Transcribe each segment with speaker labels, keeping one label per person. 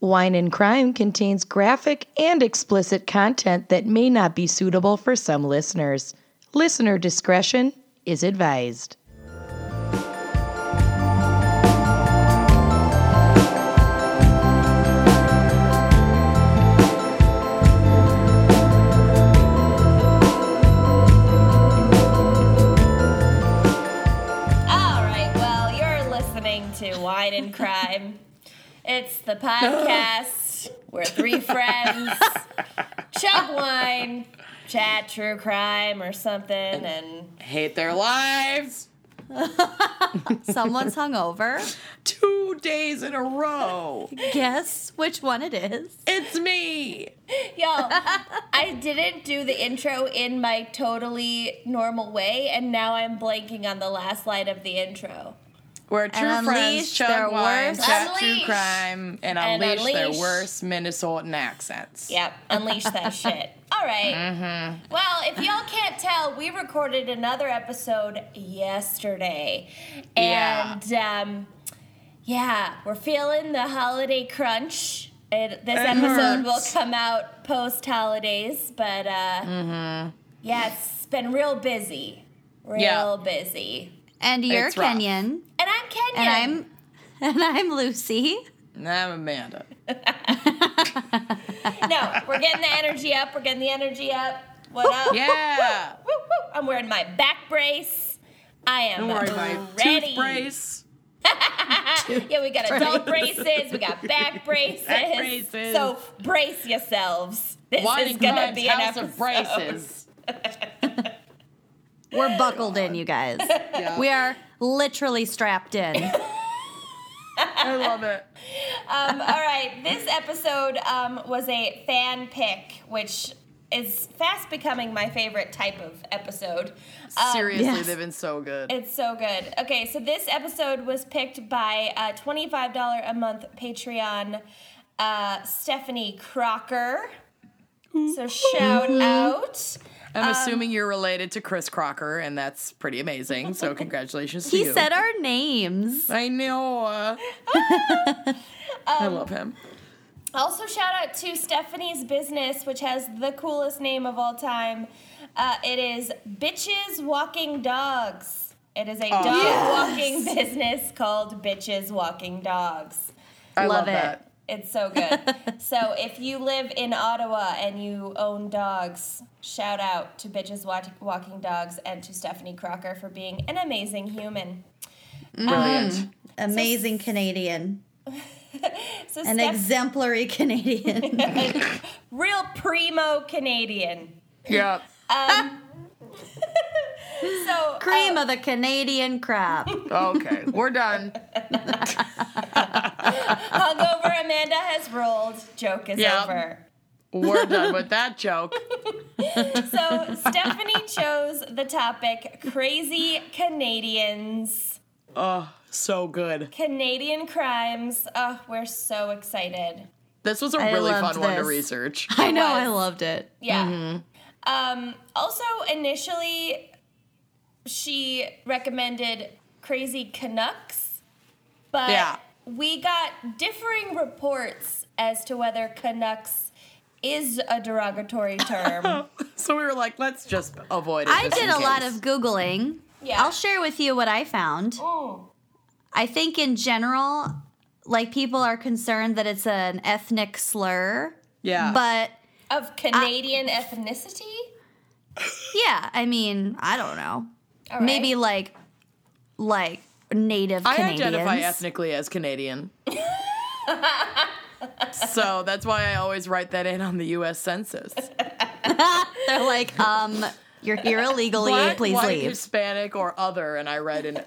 Speaker 1: Wine and Crime contains graphic and explicit content that may not be suitable for some listeners. Listener discretion is advised.
Speaker 2: All right, well, you're listening to Wine and Crime. It's the podcast where three friends chug wine, chat true crime or something, and
Speaker 3: hate their lives
Speaker 4: Someone's hungover.
Speaker 3: two days in a row.
Speaker 4: Guess which one it is.
Speaker 3: It's me.
Speaker 2: yo, I didn't do the intro in my totally normal way, and now I'm blanking on the last line of the intro.
Speaker 3: Where true
Speaker 4: And
Speaker 3: friends
Speaker 4: unleash
Speaker 3: chug
Speaker 4: their
Speaker 3: wine,
Speaker 4: worst-
Speaker 3: chat true
Speaker 2: Unleash.
Speaker 3: crime, and
Speaker 2: And
Speaker 3: unleash, their
Speaker 2: unleash.
Speaker 3: worst Minnesotan accents.
Speaker 2: Yep, unleash that shit. All right. Well, if y'all can't tell, we recorded another episode yesterday.
Speaker 3: Yeah.
Speaker 2: And um, yeah, we're feeling the holiday crunch. It, this episode will
Speaker 3: hurts.
Speaker 2: come out post holidays, but uh, yeah, it's been real busy. Real
Speaker 3: Yeah.
Speaker 2: buszy.
Speaker 4: And you're
Speaker 3: It's rough.
Speaker 4: Kenyon.
Speaker 2: And I'm Kenya.
Speaker 4: And I'm and I'm Lucy.
Speaker 3: And I'm Amanda.
Speaker 2: No, we're getting the energy up. We're getting the energy up. What up?
Speaker 3: Yeah.
Speaker 2: Woo, woo. I'm wearing my back brace. I am
Speaker 3: Don't worry, my
Speaker 2: ready.
Speaker 3: tooth brace.
Speaker 2: Yeah, we got adult braces. We got back braces.
Speaker 3: Back braces.
Speaker 2: So brace yourselves. This
Speaker 3: Wine
Speaker 2: is
Speaker 3: and
Speaker 2: gonna
Speaker 3: crimes,
Speaker 2: be an
Speaker 3: house
Speaker 2: episode.
Speaker 3: of braces.
Speaker 4: We're buckled in, you guys.
Speaker 3: Yeah.
Speaker 4: We are literally strapped in.
Speaker 3: I love it.
Speaker 2: Um, all right, this episode um, was a fan pick, which is fast becoming my favorite type of episode. Um,
Speaker 3: Seriously,
Speaker 4: yes.
Speaker 3: they've been so good.
Speaker 2: It's so good. Okay, so this episode was picked by uh, $25 a month Patreon uh, Stephanie Crocker. So shout out.
Speaker 3: I'm assuming you're related to Chris Crocker, and that's pretty amazing. So congratulations to
Speaker 4: He
Speaker 3: you.
Speaker 4: said our names.
Speaker 3: I know. uh, I
Speaker 4: Um,
Speaker 3: love him.
Speaker 2: Also, shout out to Stephanie's business, which has the coolest name of all time. Uh, it is Bitches Walking Dogs. It is a dog walking business called Bitches Walking Dogs.
Speaker 3: I
Speaker 4: Love
Speaker 3: love,
Speaker 4: it.
Speaker 3: that.
Speaker 2: It's so good. so if you live in Ottawa and you own dogs, shout out to Bitches Walk- Walking Dogs and to Stephanie Crocker for being an amazing human.
Speaker 3: Brilliant.
Speaker 4: Mm.
Speaker 5: Amazing Canadian.
Speaker 2: So
Speaker 5: An
Speaker 2: Steph-
Speaker 5: exemplary Canadian.
Speaker 2: real primo Canadian.
Speaker 3: yeah.
Speaker 2: So
Speaker 4: Cream of the Canadian crop.
Speaker 3: Okay. We're done.
Speaker 2: Hungover Amanda has rolled. Joke is
Speaker 3: Yeah.
Speaker 2: over.
Speaker 3: We're done with that joke.
Speaker 2: So Stephanie chose the topic crazy Canadians,
Speaker 3: Oh, so good.
Speaker 2: Canadian crimes. Oh, we're so excited.
Speaker 3: This was a
Speaker 4: I
Speaker 3: really fun
Speaker 4: loved
Speaker 3: one to
Speaker 4: this.
Speaker 3: research.
Speaker 4: I know, I loved it.
Speaker 2: Yeah. Um, also, initially, she recommended Crazy Canucks, but
Speaker 3: Yeah.
Speaker 2: we got differing reports as to whether Canucks is a derogatory term.
Speaker 3: So we were like, let's just avoid it.
Speaker 4: I
Speaker 3: just
Speaker 4: did
Speaker 3: in
Speaker 4: a lot
Speaker 3: case.
Speaker 4: of Googling.
Speaker 2: Yeah.
Speaker 4: I'll share with you what I found.
Speaker 2: Mm.
Speaker 4: I think in general, like people are concerned that it's an ethnic slur.
Speaker 3: Yeah.
Speaker 4: But
Speaker 2: of Canadian ethnicity?
Speaker 4: yeah, I mean, I don't know.
Speaker 2: All right.
Speaker 4: Maybe like like native
Speaker 3: I
Speaker 4: Canadians.
Speaker 3: identify ethnically as Canadian. so that's why I always write that in on the U.S. Census.
Speaker 4: They're like, um, you're here illegally,
Speaker 3: Black,
Speaker 4: please
Speaker 3: white,
Speaker 4: leave.
Speaker 3: Hispanic, or other, and I write in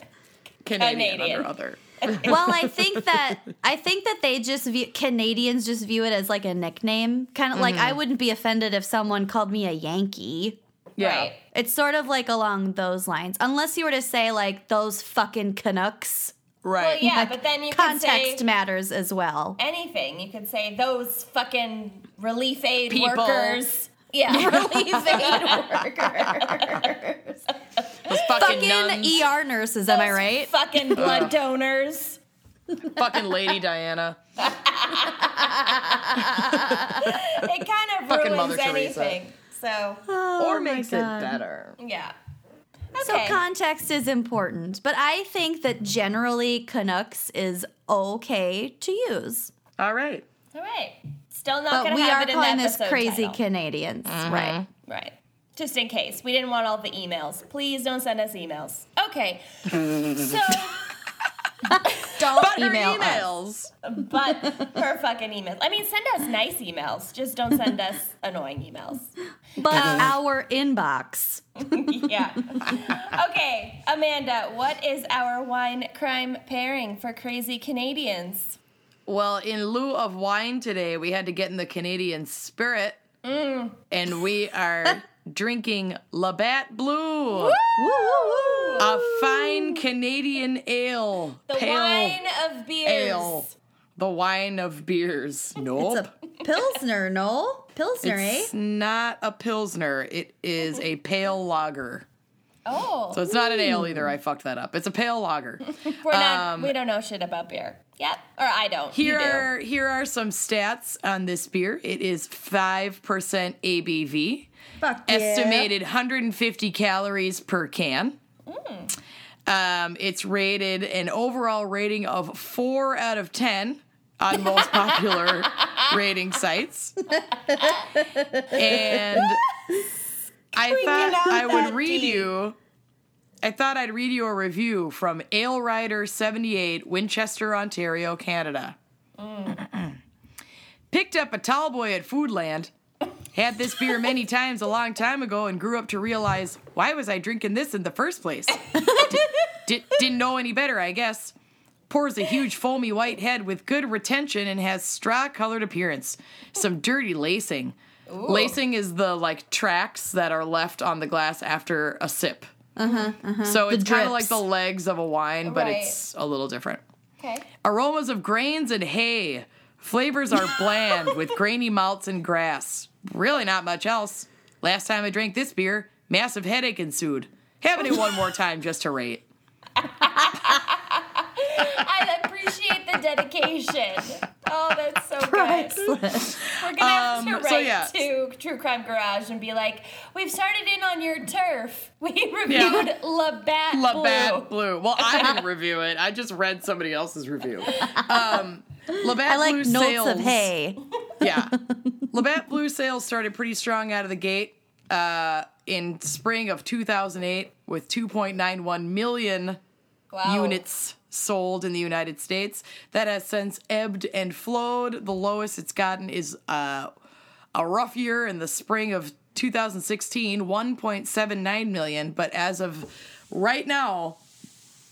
Speaker 3: Canadian,
Speaker 2: Canadian.
Speaker 3: under other.
Speaker 4: well, I think that I think that they just view Canadians just view it as like a nickname. Kind of like I wouldn't be offended if someone called me a Yankee.
Speaker 3: Yeah.
Speaker 2: Right.
Speaker 4: It's sort of like along those lines. Unless you were to say like those fucking Canucks.
Speaker 2: Well,
Speaker 3: Right.
Speaker 2: yeah,
Speaker 4: Like,
Speaker 2: but then you could say
Speaker 4: Context matters as well.
Speaker 2: anything. You could say those fucking relief aid
Speaker 3: People.
Speaker 2: workers. Yeah, relief aid workers.
Speaker 3: Those fucking,
Speaker 4: Fucking
Speaker 3: nuns,
Speaker 4: ER nurses, am I
Speaker 2: Those
Speaker 4: right?
Speaker 2: Fucking blood donors.
Speaker 3: fucking Lady Diana.
Speaker 2: It kind of
Speaker 3: Fucking
Speaker 2: ruins
Speaker 3: Mother Teresa.
Speaker 2: anything. So,
Speaker 3: or makes it better.
Speaker 2: yeah.
Speaker 4: So
Speaker 2: Okay.
Speaker 4: context is important, but I think that generally Canucks is okay to use.
Speaker 3: All right.
Speaker 2: All right. Still not
Speaker 4: But
Speaker 2: going to
Speaker 4: we
Speaker 2: have
Speaker 4: are
Speaker 2: it in
Speaker 4: calling
Speaker 2: the
Speaker 4: this
Speaker 2: episode
Speaker 4: crazy
Speaker 2: title.
Speaker 4: Canadians,
Speaker 3: Mm-hmm.
Speaker 4: right?
Speaker 2: Right. Just in case. We didn't want all the emails. Please don't send us emails. Okay. so,
Speaker 1: Don't
Speaker 3: Her
Speaker 1: email, us.
Speaker 3: emails.
Speaker 2: but her fucking emails. I mean, send us nice emails. Just don't send us annoying emails.
Speaker 4: But our inbox.
Speaker 2: Yeah. Okay, Amanda, what is our wine crime pairing for crazy Canadians?
Speaker 3: Well, in lieu of wine today, we had to get in the Canadian spirit. And we are drinking Labatt Blue. A fine Canadian ale.
Speaker 2: The
Speaker 3: pale
Speaker 2: wine of beers.
Speaker 3: ale. The wine of beers. Nope.
Speaker 5: It's a Pilsner, no? Pilsner,
Speaker 4: eh?
Speaker 3: It's not a Pilsner. It is a pale lager.
Speaker 2: Oh,
Speaker 3: So it's not an ale either. I fucked that up. It's a pale lager.
Speaker 2: we're not. we don't know shit about beer. Yep, or I don't. You
Speaker 3: Um, Here
Speaker 2: do.
Speaker 3: are here are some stats on this beer. It is 5% ABV.
Speaker 5: eh? Fuck yeah.
Speaker 3: estimated 150 calories per can. Um, it's rated an overall rating of four out of ten on most popular rating sites, and I thought
Speaker 5: out
Speaker 3: I would
Speaker 5: that
Speaker 3: read you. I thought I'd read you a review from Ale Rider 78, Winchester, Ontario, Canada. Picked up a tall boy at Foodland. Had this beer many times a long time ago and grew up to realize why was I drinking this in the first place? Did, didn't know any better, I guess. Pours a huge foamy white head with good retention and has straw colored appearance. Some dirty lacing. Lacing is the like tracks that are left on the glass after a sip. Uh-huh, So it's kind of like
Speaker 4: drips.
Speaker 3: the legs of a wine, but
Speaker 2: Right.
Speaker 3: it's a little different.
Speaker 2: Okay.
Speaker 3: Aromas of grains and hay. Flavors are bland with grainy malts and grass. Really not much else. Last time I drank this beer, massive headache ensued. Having it one more time just to rate.
Speaker 2: I appreciate the dedication. Oh, that's so good. We're gonna have to
Speaker 3: Um,
Speaker 2: write
Speaker 3: so yeah.
Speaker 2: to True Crime Garage and be like, "We've started in on your turf. We reviewed
Speaker 3: Yeah.
Speaker 2: Labatt
Speaker 3: Love
Speaker 2: Blue."
Speaker 3: Bat Blue. Well, I didn't review it. I just read somebody else's review. Um, Labatt
Speaker 4: I like
Speaker 3: Blue
Speaker 4: notes
Speaker 3: sales.
Speaker 4: of hay.
Speaker 3: Yeah. Labatt Blue sales started pretty strong out of the gate uh, in spring of 2008 with 2.91 million
Speaker 2: Wow.
Speaker 3: units sold in the United States. That has since ebbed and flowed. The lowest it's gotten is uh, a rough year in the spring of 2016, 1.79 million. But as of right now,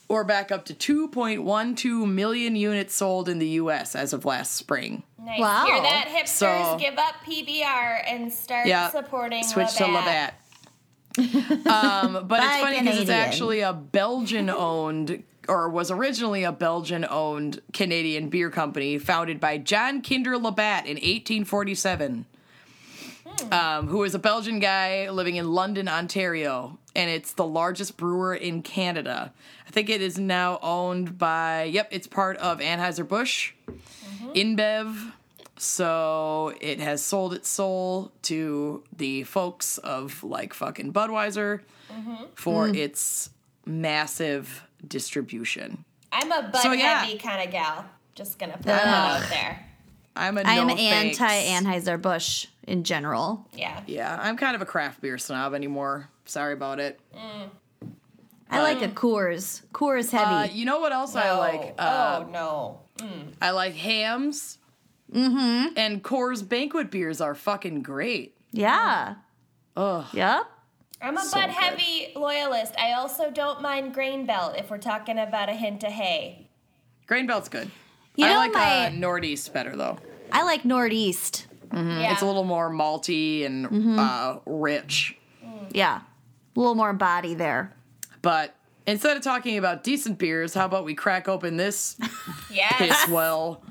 Speaker 3: we're back up to 2.12 million units sold in the U.S. as of last spring.
Speaker 2: Nice.
Speaker 4: Wow.
Speaker 2: Hear that, hipsters?
Speaker 3: So-
Speaker 2: give up PBR and start
Speaker 3: Yeah,
Speaker 2: supporting
Speaker 3: switch to Labatt. um, but it's
Speaker 4: Bye,
Speaker 3: funny because it's
Speaker 4: Canadian.
Speaker 3: actually a Belgian-owned, or was originally a Belgian-owned Canadian beer company founded by John Kinder Labatt in 1847, um, who is a Belgian guy living in London, Ontario, and it's the largest brewer in Canada. I think it is now owned by. Yep, it's part of Anheuser Busch.
Speaker 4: Mm-hmm.
Speaker 3: InBev. So it has sold its soul to the folks of like fucking Budweiser for
Speaker 4: Mm.
Speaker 3: its massive distribution.
Speaker 2: I'm a bud
Speaker 3: So, yeah.
Speaker 2: heavy kind of gal. Just gonna put that out there.
Speaker 3: I'm a
Speaker 4: I am
Speaker 3: no thanks.
Speaker 4: anti Anheuser Busch in general.
Speaker 2: Yeah.
Speaker 3: Yeah, I'm kind of a craft beer snob anymore. Sorry about it.
Speaker 4: I like a Coors. Coors
Speaker 3: Uh,
Speaker 4: heavy.
Speaker 3: you know what else I like?
Speaker 2: Oh,
Speaker 3: Uh,
Speaker 2: oh no.
Speaker 3: I like hams. Mm-hmm. And Coors banquet beers are fucking great.
Speaker 4: yeah.
Speaker 3: Ugh.
Speaker 4: Yep.
Speaker 2: I'm a
Speaker 3: so
Speaker 2: bud
Speaker 3: good.
Speaker 2: heavy loyalist. I also don't mind grain belt if we're talking about a hint of hay.
Speaker 3: Grain Belt's good.
Speaker 4: You
Speaker 3: I
Speaker 4: know
Speaker 3: like
Speaker 4: my
Speaker 3: uh, Northeast better though.
Speaker 4: I like Northeast.
Speaker 2: Yeah.
Speaker 3: Mm, It's a little more malty and
Speaker 4: Mm-hmm.
Speaker 3: uh, rich.
Speaker 4: Yeah. A little more body there.
Speaker 3: But instead of talking about decent beers, how about we crack open this
Speaker 2: yes.
Speaker 3: piss well?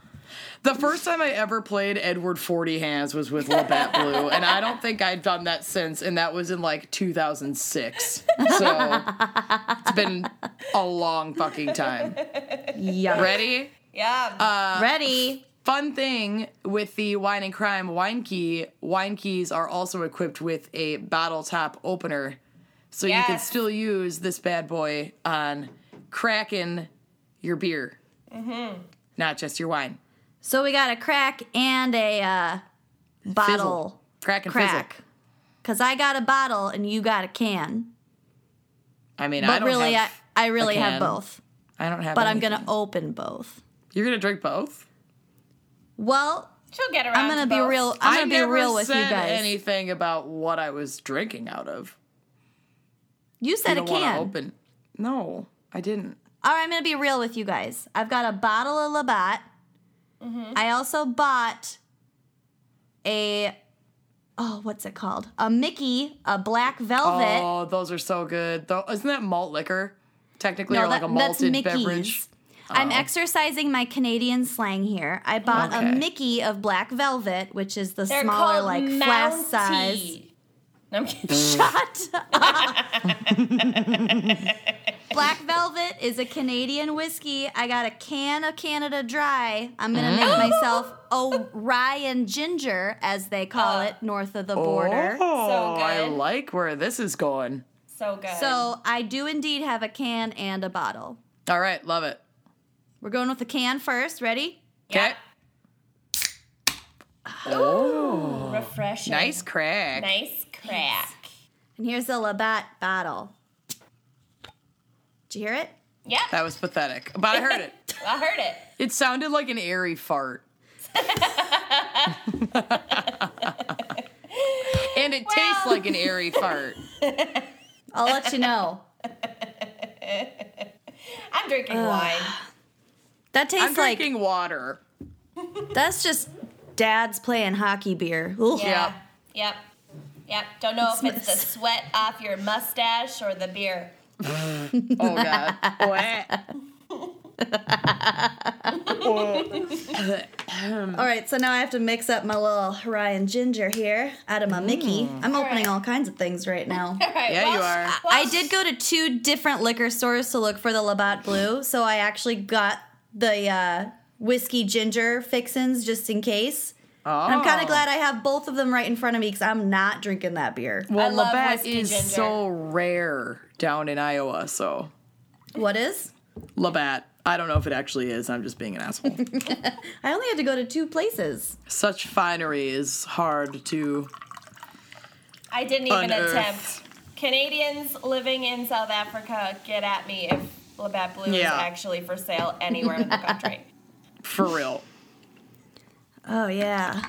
Speaker 3: The first time I ever played Edward Forty Hands was with Labatt Blue, and I don't think I've done that since, and that was in like 2006. So it's been a long fucking time.
Speaker 4: Yeah.
Speaker 3: Ready? Uh,
Speaker 2: Yeah.
Speaker 4: Ready.
Speaker 3: Fun thing with the wine and crime wine key, wine keys are also equipped with a bottle top opener. So you can
Speaker 2: Yes.
Speaker 3: still use this bad boy on cracking your beer, not just your wine.
Speaker 4: So we got a crack and a uh, bottle
Speaker 3: Crack and
Speaker 4: crack.
Speaker 3: fizzle.
Speaker 4: Because I got a bottle and you got a can.
Speaker 3: I mean, I
Speaker 4: But
Speaker 3: don't
Speaker 4: really,
Speaker 3: have.
Speaker 4: I, I really have
Speaker 3: can,
Speaker 4: both.
Speaker 3: I, don't have.
Speaker 4: But I'm going
Speaker 3: anything.
Speaker 4: to open both.
Speaker 3: You're gonna drink both.
Speaker 4: Well,
Speaker 2: She'll get around.
Speaker 4: I'm going to be
Speaker 2: both.
Speaker 4: real. I'm going to be
Speaker 3: never
Speaker 4: real with you
Speaker 3: said
Speaker 4: guys.
Speaker 3: anything about what I was drinking out of.
Speaker 4: you
Speaker 3: You
Speaker 4: said a
Speaker 3: don't wanna
Speaker 4: can.
Speaker 3: Open. No, I didn't.
Speaker 4: All right, I'm going to be real with you guys. I've got a bottle of Labatt.
Speaker 3: Mm-hmm.
Speaker 4: I also bought a, oh, what's it called? A Mickey, a black velvet.
Speaker 3: Oh, those are so good. Though, isn't that malt liquor? Technically, or like a
Speaker 4: that-
Speaker 3: malted beverage.
Speaker 4: I'm exercising my Canadian slang here. I bought
Speaker 3: Oh. Okay.
Speaker 4: a Mickey of black velvet, which is the
Speaker 2: They're
Speaker 4: smaller,
Speaker 2: called
Speaker 4: like
Speaker 2: Mountie.
Speaker 4: flask size.
Speaker 2: No, I'm kidding.
Speaker 4: Shut up. black velvet is a Canadian whiskey. I got a can of Canada Dry. I'm gonna
Speaker 3: Mm.
Speaker 4: make myself Orion Ginger, as they call it, north of the border.
Speaker 3: Oh,
Speaker 2: So
Speaker 3: I
Speaker 2: good.
Speaker 3: like where this is going.
Speaker 2: So good.
Speaker 4: So I do indeed have a can and a bottle.
Speaker 3: All right, love it.
Speaker 4: We're going with the can first. Ready?
Speaker 3: Okay,
Speaker 2: refreshing.
Speaker 3: nice crack.
Speaker 2: Nice crack.
Speaker 4: And here's the Labatt bottle. Did you hear it?
Speaker 2: Yep.
Speaker 3: That was pathetic, but I heard it.
Speaker 2: I heard it.
Speaker 3: It sounded like an airy fart. and it tastes like an airy fart.
Speaker 4: I'll let you know.
Speaker 2: I'm drinking wine.
Speaker 4: That tastes
Speaker 3: I'm
Speaker 4: like
Speaker 3: drinking water.
Speaker 4: that's just dad's playing hockey beer. Ugh.
Speaker 2: Yeah. Yep. Yep. Don't know if it's the sweat off your mustache or the beer.
Speaker 3: Oh god. What?
Speaker 4: All right, so now I have to mix up my little Ryan ginger here out of my Mickey. I'm opening all kinds of things right now.
Speaker 2: All right.
Speaker 3: Yeah, you
Speaker 2: well,
Speaker 3: are.
Speaker 4: I did go to two different liquor stores to look for the Labatt Blue, so I actually got the uh, whiskey ginger fixins just in case. And I'm kind
Speaker 3: Oh.
Speaker 4: of glad I have both of them right in front of me because I'm not drinking that beer.
Speaker 3: Well,
Speaker 2: love
Speaker 3: Labatt
Speaker 2: whiskey
Speaker 3: is
Speaker 2: ginger.
Speaker 3: so rare down in Iowa, so
Speaker 4: What is?
Speaker 3: Labatt. I don't know if it actually is. I'm just being an asshole.
Speaker 4: I only had to go to two places.
Speaker 3: Such finery is hard to.
Speaker 2: I didn't even
Speaker 3: Unearthed.
Speaker 2: attempt. Canadians living in South Africa, get at me if Labatt Blue is
Speaker 3: Yeah.
Speaker 2: actually for sale anywhere in the country.
Speaker 3: For real.
Speaker 4: Oh yeah,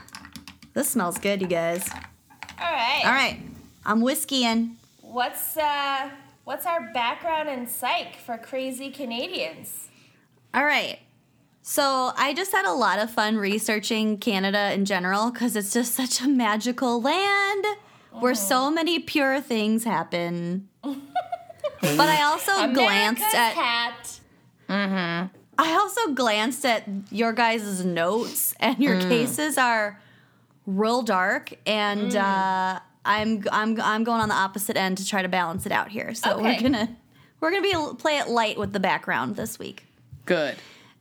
Speaker 4: this smells good, you guys.
Speaker 2: All right.
Speaker 4: All right, I'm whiskeying.
Speaker 2: What's uh what's our background in psych for crazy Canadians?
Speaker 4: All right. So I just had a lot of fun researching Canada in general because it's just such a magical land where so many pure things happen. but I also glanced
Speaker 2: America's
Speaker 4: at
Speaker 2: hat.
Speaker 4: I also glanced at your guys' notes, and your cases are real dark, and uh, I'm I'm I'm going on the opposite end to try to balance it out here. So
Speaker 2: Okay.
Speaker 4: we're gonna we're gonna be play it light with the background this week.
Speaker 3: Good.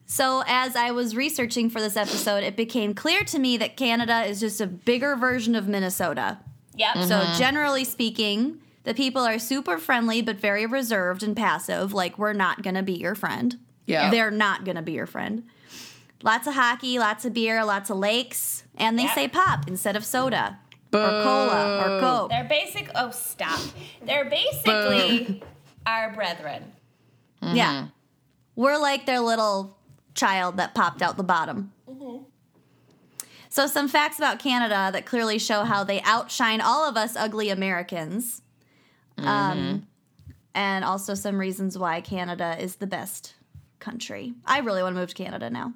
Speaker 4: So as I was researching for this episode, it became clear to me that Canada is just a bigger version of Minnesota.
Speaker 2: Yep.
Speaker 4: So generally speaking, the people are super friendly but very reserved and passive. Like we're not gonna be your friend.
Speaker 3: Yeah.
Speaker 4: They're not gonna be your friend. Lots of hockey, lots of beer, lots of lakes, and they
Speaker 2: Yeah.
Speaker 4: say pop instead of soda or cola or coke.
Speaker 2: They're basic. Oh, stop. They're basically our brethren.
Speaker 4: Yeah. We're like their little child that popped out the bottom.
Speaker 3: Mm-hmm.
Speaker 4: So, some facts about Canada that clearly show how they outshine all of us ugly Americans.
Speaker 3: Mm-hmm.
Speaker 4: Um, and also some reasons why Canada is the best country. I really want to move to Canada now.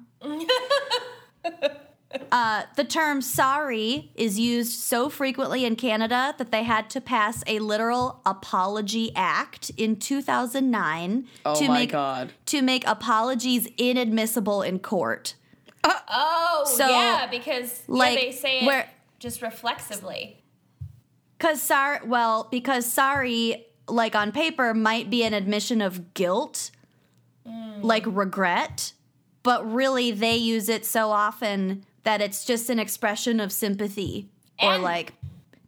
Speaker 4: Uh, the term sorry is used so frequently in Canada that they had to pass a literal apology act in 2009
Speaker 3: Oh
Speaker 4: to
Speaker 3: my
Speaker 4: make
Speaker 3: god.
Speaker 4: to make apologies inadmissible in court.
Speaker 2: Oh,
Speaker 4: So,
Speaker 2: yeah, because yeah,
Speaker 4: like,
Speaker 2: they say it
Speaker 4: where-
Speaker 2: just reflexively.
Speaker 4: Cause sorry, well, because sorry, like on
Speaker 2: Mm.
Speaker 4: paper, might be an admission of guilt, like regret, but really they use it so often that it's just an expression of sympathy or
Speaker 2: And-
Speaker 4: like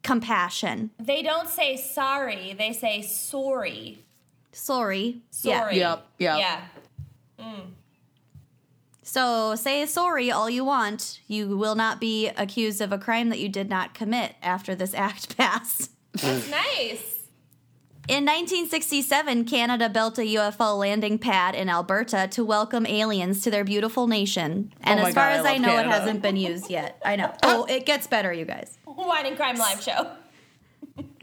Speaker 4: compassion.
Speaker 2: They don't say sorry, they say sorry.
Speaker 4: Sorry. Yeah.
Speaker 2: Sorry.
Speaker 3: Yep, yep.
Speaker 2: Yeah.
Speaker 4: So say sorry all you want. You will not be accused of a crime that you did not commit after this act passed.
Speaker 2: That's nice.
Speaker 4: In 1967, Canada built a UFO landing pad in Alberta to welcome aliens to their beautiful nation. And
Speaker 3: Oh my
Speaker 4: as far
Speaker 3: God, I
Speaker 4: as I,
Speaker 3: love
Speaker 4: know,
Speaker 3: Canada.
Speaker 4: it hasn't been used yet. I know. Oh, it gets better, you guys.
Speaker 2: Wine and crime live show.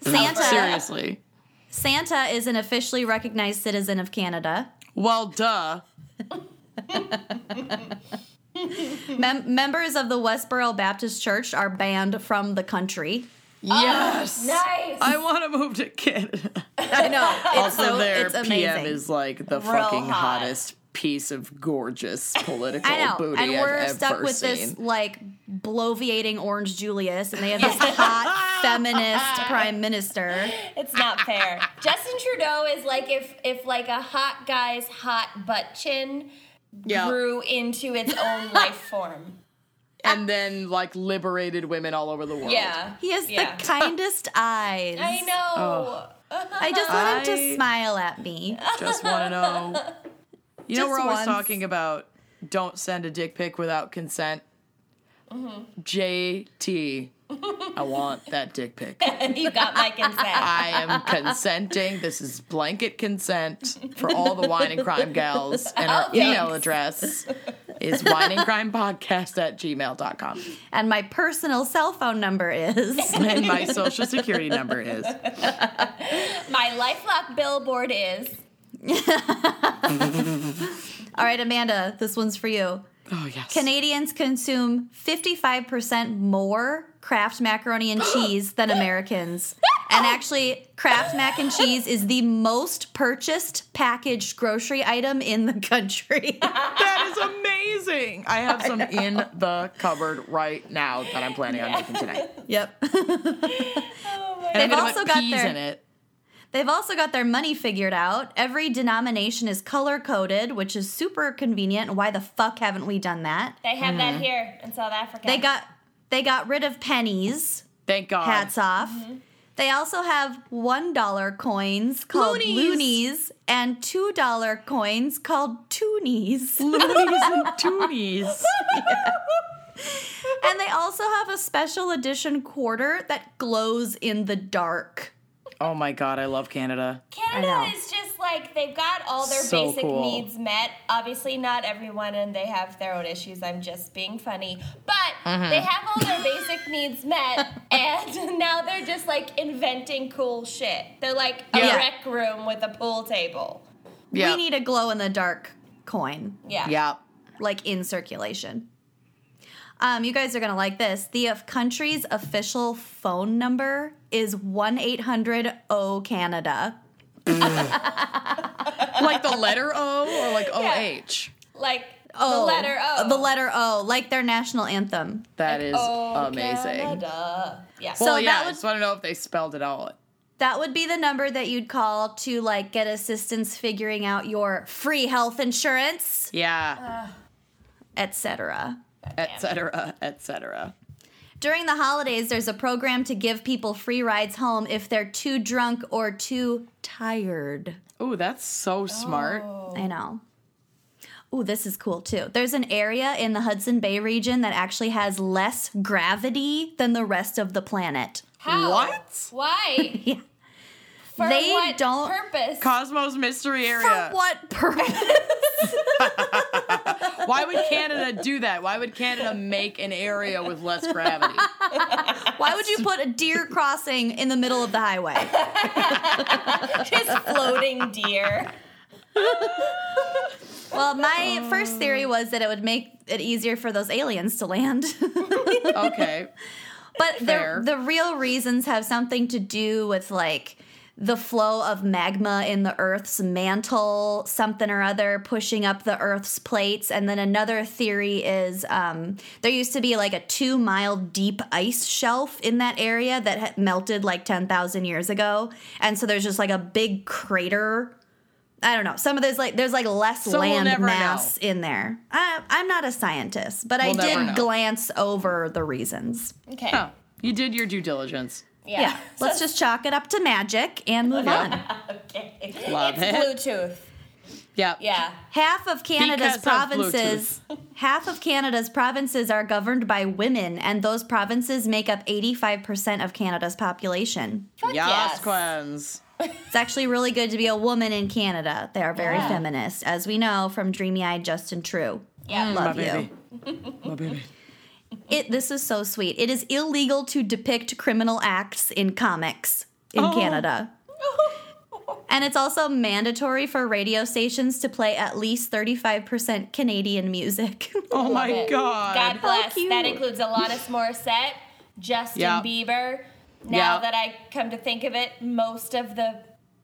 Speaker 4: Santa
Speaker 3: Seriously.
Speaker 4: Santa is an officially recognized citizen of Canada.
Speaker 3: Well, duh.
Speaker 4: Mem- members of the Westboro Baptist Church are banned from the country.
Speaker 3: Yes.
Speaker 2: Nice.
Speaker 3: I want to move to Canada.
Speaker 4: I know. It's
Speaker 3: also,
Speaker 4: so
Speaker 3: their
Speaker 4: it's amazing.
Speaker 3: PM is like the
Speaker 2: Real
Speaker 3: fucking
Speaker 2: hot.
Speaker 3: hottest piece of gorgeous political
Speaker 4: I know,
Speaker 3: booty
Speaker 4: and we're
Speaker 3: I've
Speaker 4: stuck
Speaker 3: ever
Speaker 4: with
Speaker 3: seen.
Speaker 4: this like bloviating Orange Julius, and they have this hot feminist prime minister.
Speaker 2: It's not fair. Justin Trudeau is like if if like a hot guy's hot butt chin
Speaker 3: yeah.
Speaker 2: grew into its own life form.
Speaker 3: and then like liberated women all over the world.
Speaker 2: Yeah.
Speaker 4: He has
Speaker 2: Yeah.
Speaker 4: the kindest eyes.
Speaker 2: I know.
Speaker 4: I just want him
Speaker 3: I-
Speaker 4: to smile at me.
Speaker 3: Just want to know. You know,
Speaker 4: Just
Speaker 3: we're always
Speaker 4: once.
Speaker 3: talking about don't send a dick pic without consent.
Speaker 4: Mm-hmm.
Speaker 3: JT, I want that dick pic.
Speaker 2: you got my consent.
Speaker 3: I am consenting. This is blanket consent for all the wine and crime gals. And
Speaker 4: Oh,
Speaker 3: our email address is wineandcrimepodcast at gmail.com.
Speaker 4: And my personal cell phone number is.
Speaker 3: And my social security number is. oh,
Speaker 2: My lifelock billboard is
Speaker 4: All right, Amanda, this one's for you.
Speaker 3: Oh, yes.
Speaker 4: Canadians consume 55% more Kraft macaroni and cheese than Americans. And actually, Kraft mac and cheese is the most purchased packaged grocery item in the country.
Speaker 3: That is amazing. I have some in the cupboard right now that I'm planning on making tonight.
Speaker 4: yep.
Speaker 2: Oh
Speaker 3: And I'm
Speaker 4: They've
Speaker 3: gonna
Speaker 4: also
Speaker 3: put
Speaker 4: got
Speaker 3: peas
Speaker 4: their-
Speaker 3: in it.
Speaker 4: They've also got their money figured out. Every denomination is color coded, which is super convenient. Why the fuck haven't we done that?
Speaker 2: they have that here in South Africa.
Speaker 4: They got they got rid of pennies.
Speaker 3: Thank God.
Speaker 4: Hats off. They also have one dollar coins called
Speaker 3: Loonies.
Speaker 4: loonies, and two dollar coins called toonies.
Speaker 3: Loonies and toonies.
Speaker 4: and they also have a special edition quarter that glows in the dark.
Speaker 3: Oh my God, I love Canada.
Speaker 4: I
Speaker 2: Canada
Speaker 4: know.
Speaker 2: is just like they've got all their
Speaker 3: So
Speaker 2: basic
Speaker 3: cool.
Speaker 2: needs met. Obviously, not everyone, and they have their own issues. I'm just being funny, but
Speaker 3: Mm-hmm.
Speaker 2: they have all their basic needs met, and now they're just like inventing cool shit. They're like a
Speaker 3: Yeah.
Speaker 2: rec room with a pool table.
Speaker 3: Yeah.
Speaker 4: We need a glow in the dark coin.
Speaker 2: Yeah,
Speaker 3: yeah.
Speaker 4: like in circulation. Um, you guys are gonna like this. The of country's official phone number is 1 800 O Canada.
Speaker 3: Like the letter O or like OH.
Speaker 2: like
Speaker 4: Oh,
Speaker 2: the letter O.
Speaker 4: The letter O, like their national anthem.
Speaker 3: That is
Speaker 2: O,
Speaker 4: oh,
Speaker 3: amazing.
Speaker 2: Oh, Canada. Yeah.
Speaker 3: Well,
Speaker 4: So
Speaker 3: yeah,
Speaker 4: that
Speaker 3: I
Speaker 4: would-
Speaker 3: just want to know if they spelled it all.
Speaker 4: That would be the number that you'd call to like get assistance figuring out your free health insurance, Ah,
Speaker 3: Yeah,
Speaker 4: etc.
Speaker 3: et cetera, et cetera.
Speaker 4: During the holidays, there's a program to give people free rides home if they're too drunk or too tired.
Speaker 3: Ooh, that's so smart.
Speaker 2: Oh.
Speaker 4: I know. Ooh, this is cool too. There's an area in the Hudson Bay region that actually has less gravity than the rest of the planet.
Speaker 2: How?
Speaker 3: What?
Speaker 2: Why?
Speaker 4: Yeah.
Speaker 2: For
Speaker 4: They
Speaker 2: what
Speaker 4: don't-
Speaker 2: purpose?
Speaker 3: Cosmos mystery area.
Speaker 4: For what purpose?
Speaker 3: Why would Canada do that? Why would Canada make an area with less gravity?
Speaker 4: Why would you put a deer crossing in the middle of the highway?
Speaker 2: just floating deer.
Speaker 4: Well, my first theory was that it would make it easier for those aliens to land.
Speaker 3: Okay.
Speaker 4: but
Speaker 3: Fair.
Speaker 4: the, the real reasons have something to do with like the flow of magma in the earth's mantle something or other pushing up the earth's plates and then another theory is um, there used to be like a two mile deep ice shelf in that area that had melted like 10000 years ago and so there's just like a big crater I don't know. Some of those like there's like less
Speaker 3: So we'll
Speaker 4: land
Speaker 3: never
Speaker 4: mass in there. I, I'm not a scientist, but
Speaker 3: We'll
Speaker 4: I
Speaker 3: never
Speaker 4: did
Speaker 3: know.
Speaker 4: glance over the reasons.
Speaker 2: Okay.
Speaker 3: Oh, you did your due diligence.
Speaker 2: Yeah.
Speaker 4: Yeah, let's just chalk it up to magic and move on.
Speaker 2: okay.
Speaker 3: Love
Speaker 2: it's
Speaker 3: it.
Speaker 2: Bluetooth.
Speaker 3: Yep.
Speaker 2: Yeah.
Speaker 4: Half
Speaker 3: Because
Speaker 4: of Canada's
Speaker 3: of
Speaker 4: provinces, half of Canada's provinces are governed by women, and those provinces make up 85% of Canada's population.
Speaker 2: Fuck
Speaker 3: Yas
Speaker 2: yes.
Speaker 3: quens.
Speaker 4: It's actually really good to be a woman in Canada. They are very
Speaker 2: Yeah.
Speaker 4: feminist, as we know from Dreamy Eyed Justin True.
Speaker 2: Yeah.
Speaker 4: Love
Speaker 3: My
Speaker 4: you.
Speaker 3: baby. My baby.
Speaker 4: It this is so sweet. It is illegal to depict criminal acts in comics in
Speaker 3: Oh.
Speaker 4: Canada. And it's also mandatory for radio stations to play at least 35% Canadian music.
Speaker 3: Oh my
Speaker 2: it.
Speaker 3: god.
Speaker 2: God bless.
Speaker 4: cute.
Speaker 2: That includes Alanis Morissette, Justin
Speaker 3: Yeah.
Speaker 2: Bieber. Now
Speaker 3: Yeah.
Speaker 2: that I come to think of it, most of the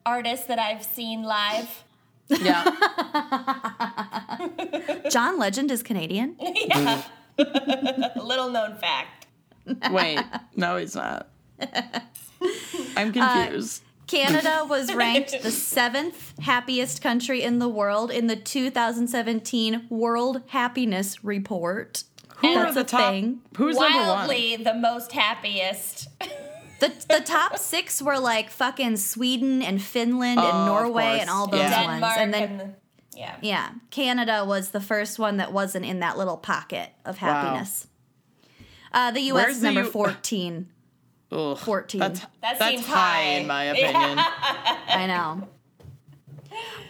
Speaker 2: artists that I've seen live.
Speaker 3: Yeah.
Speaker 4: John Legend is Canadian.
Speaker 2: yeah. Little known fact.
Speaker 3: Wait. No, he's not.
Speaker 4: Uh,
Speaker 3: I'm confused.
Speaker 4: Canada was ranked the seventh happiest country in the world in the 2017 World Happiness Report.
Speaker 3: Who
Speaker 4: that's
Speaker 3: are the
Speaker 4: a
Speaker 3: top?
Speaker 4: thing.
Speaker 3: Who's number one?
Speaker 2: Wildly the most happiest.
Speaker 4: The, the top six were like fucking Sweden and Finland
Speaker 3: Oh,
Speaker 4: and
Speaker 3: of
Speaker 4: Norway
Speaker 3: course.
Speaker 4: and all those
Speaker 3: Yeah.
Speaker 4: ones.
Speaker 2: Denmark
Speaker 4: and
Speaker 2: and,
Speaker 4: then
Speaker 2: the, yeah.
Speaker 4: Yeah, Canada was the first one that wasn't in that little pocket of happiness. Uh, the U.S.
Speaker 3: Where's
Speaker 4: is
Speaker 3: the
Speaker 4: number
Speaker 3: U-
Speaker 4: 14.
Speaker 3: Ugh,
Speaker 4: 14.
Speaker 3: That's,
Speaker 2: That
Speaker 3: that's
Speaker 2: seems
Speaker 3: high,
Speaker 2: high.
Speaker 3: in my opinion.
Speaker 4: I know.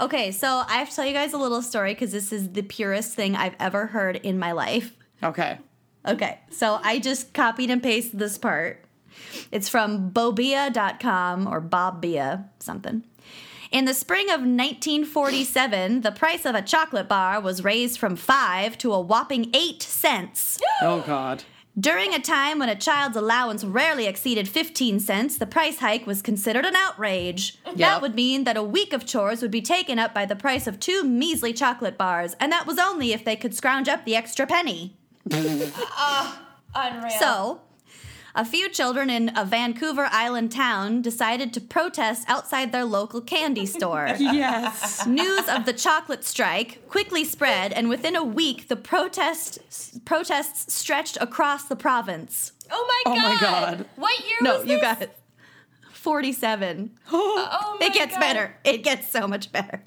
Speaker 4: Okay, so I have to tell you guys a little story because this is the purest thing I've ever heard in my life.
Speaker 3: Okay.
Speaker 4: Okay, so I just copied and pasted this part. It's from Bobia.com or Bobbia something. In the spring of 1947, the price of a chocolate bar was raised from five to a whopping eight cents.
Speaker 3: Oh god.
Speaker 4: During a time when a child's allowance rarely exceeded 15 cents, the price hike was considered an outrage. That
Speaker 3: Yep.
Speaker 4: would mean that a week of chores would be taken up by the price of two measly chocolate bars, and that was only if they could scrounge up the extra penny.
Speaker 2: Unreal.
Speaker 4: So, a few children in a Vancouver Island town decided to protest outside their local candy store.
Speaker 3: Yes.
Speaker 4: News of the chocolate strike quickly spread, and within a week, the protest, protests stretched across the province.
Speaker 2: oh my
Speaker 3: Oh
Speaker 2: god.
Speaker 3: my God.
Speaker 2: What year
Speaker 4: No,
Speaker 2: was
Speaker 4: you
Speaker 2: this?
Speaker 4: got it. 47.
Speaker 2: Oh my
Speaker 4: It gets
Speaker 2: God.
Speaker 4: better. It gets so much better.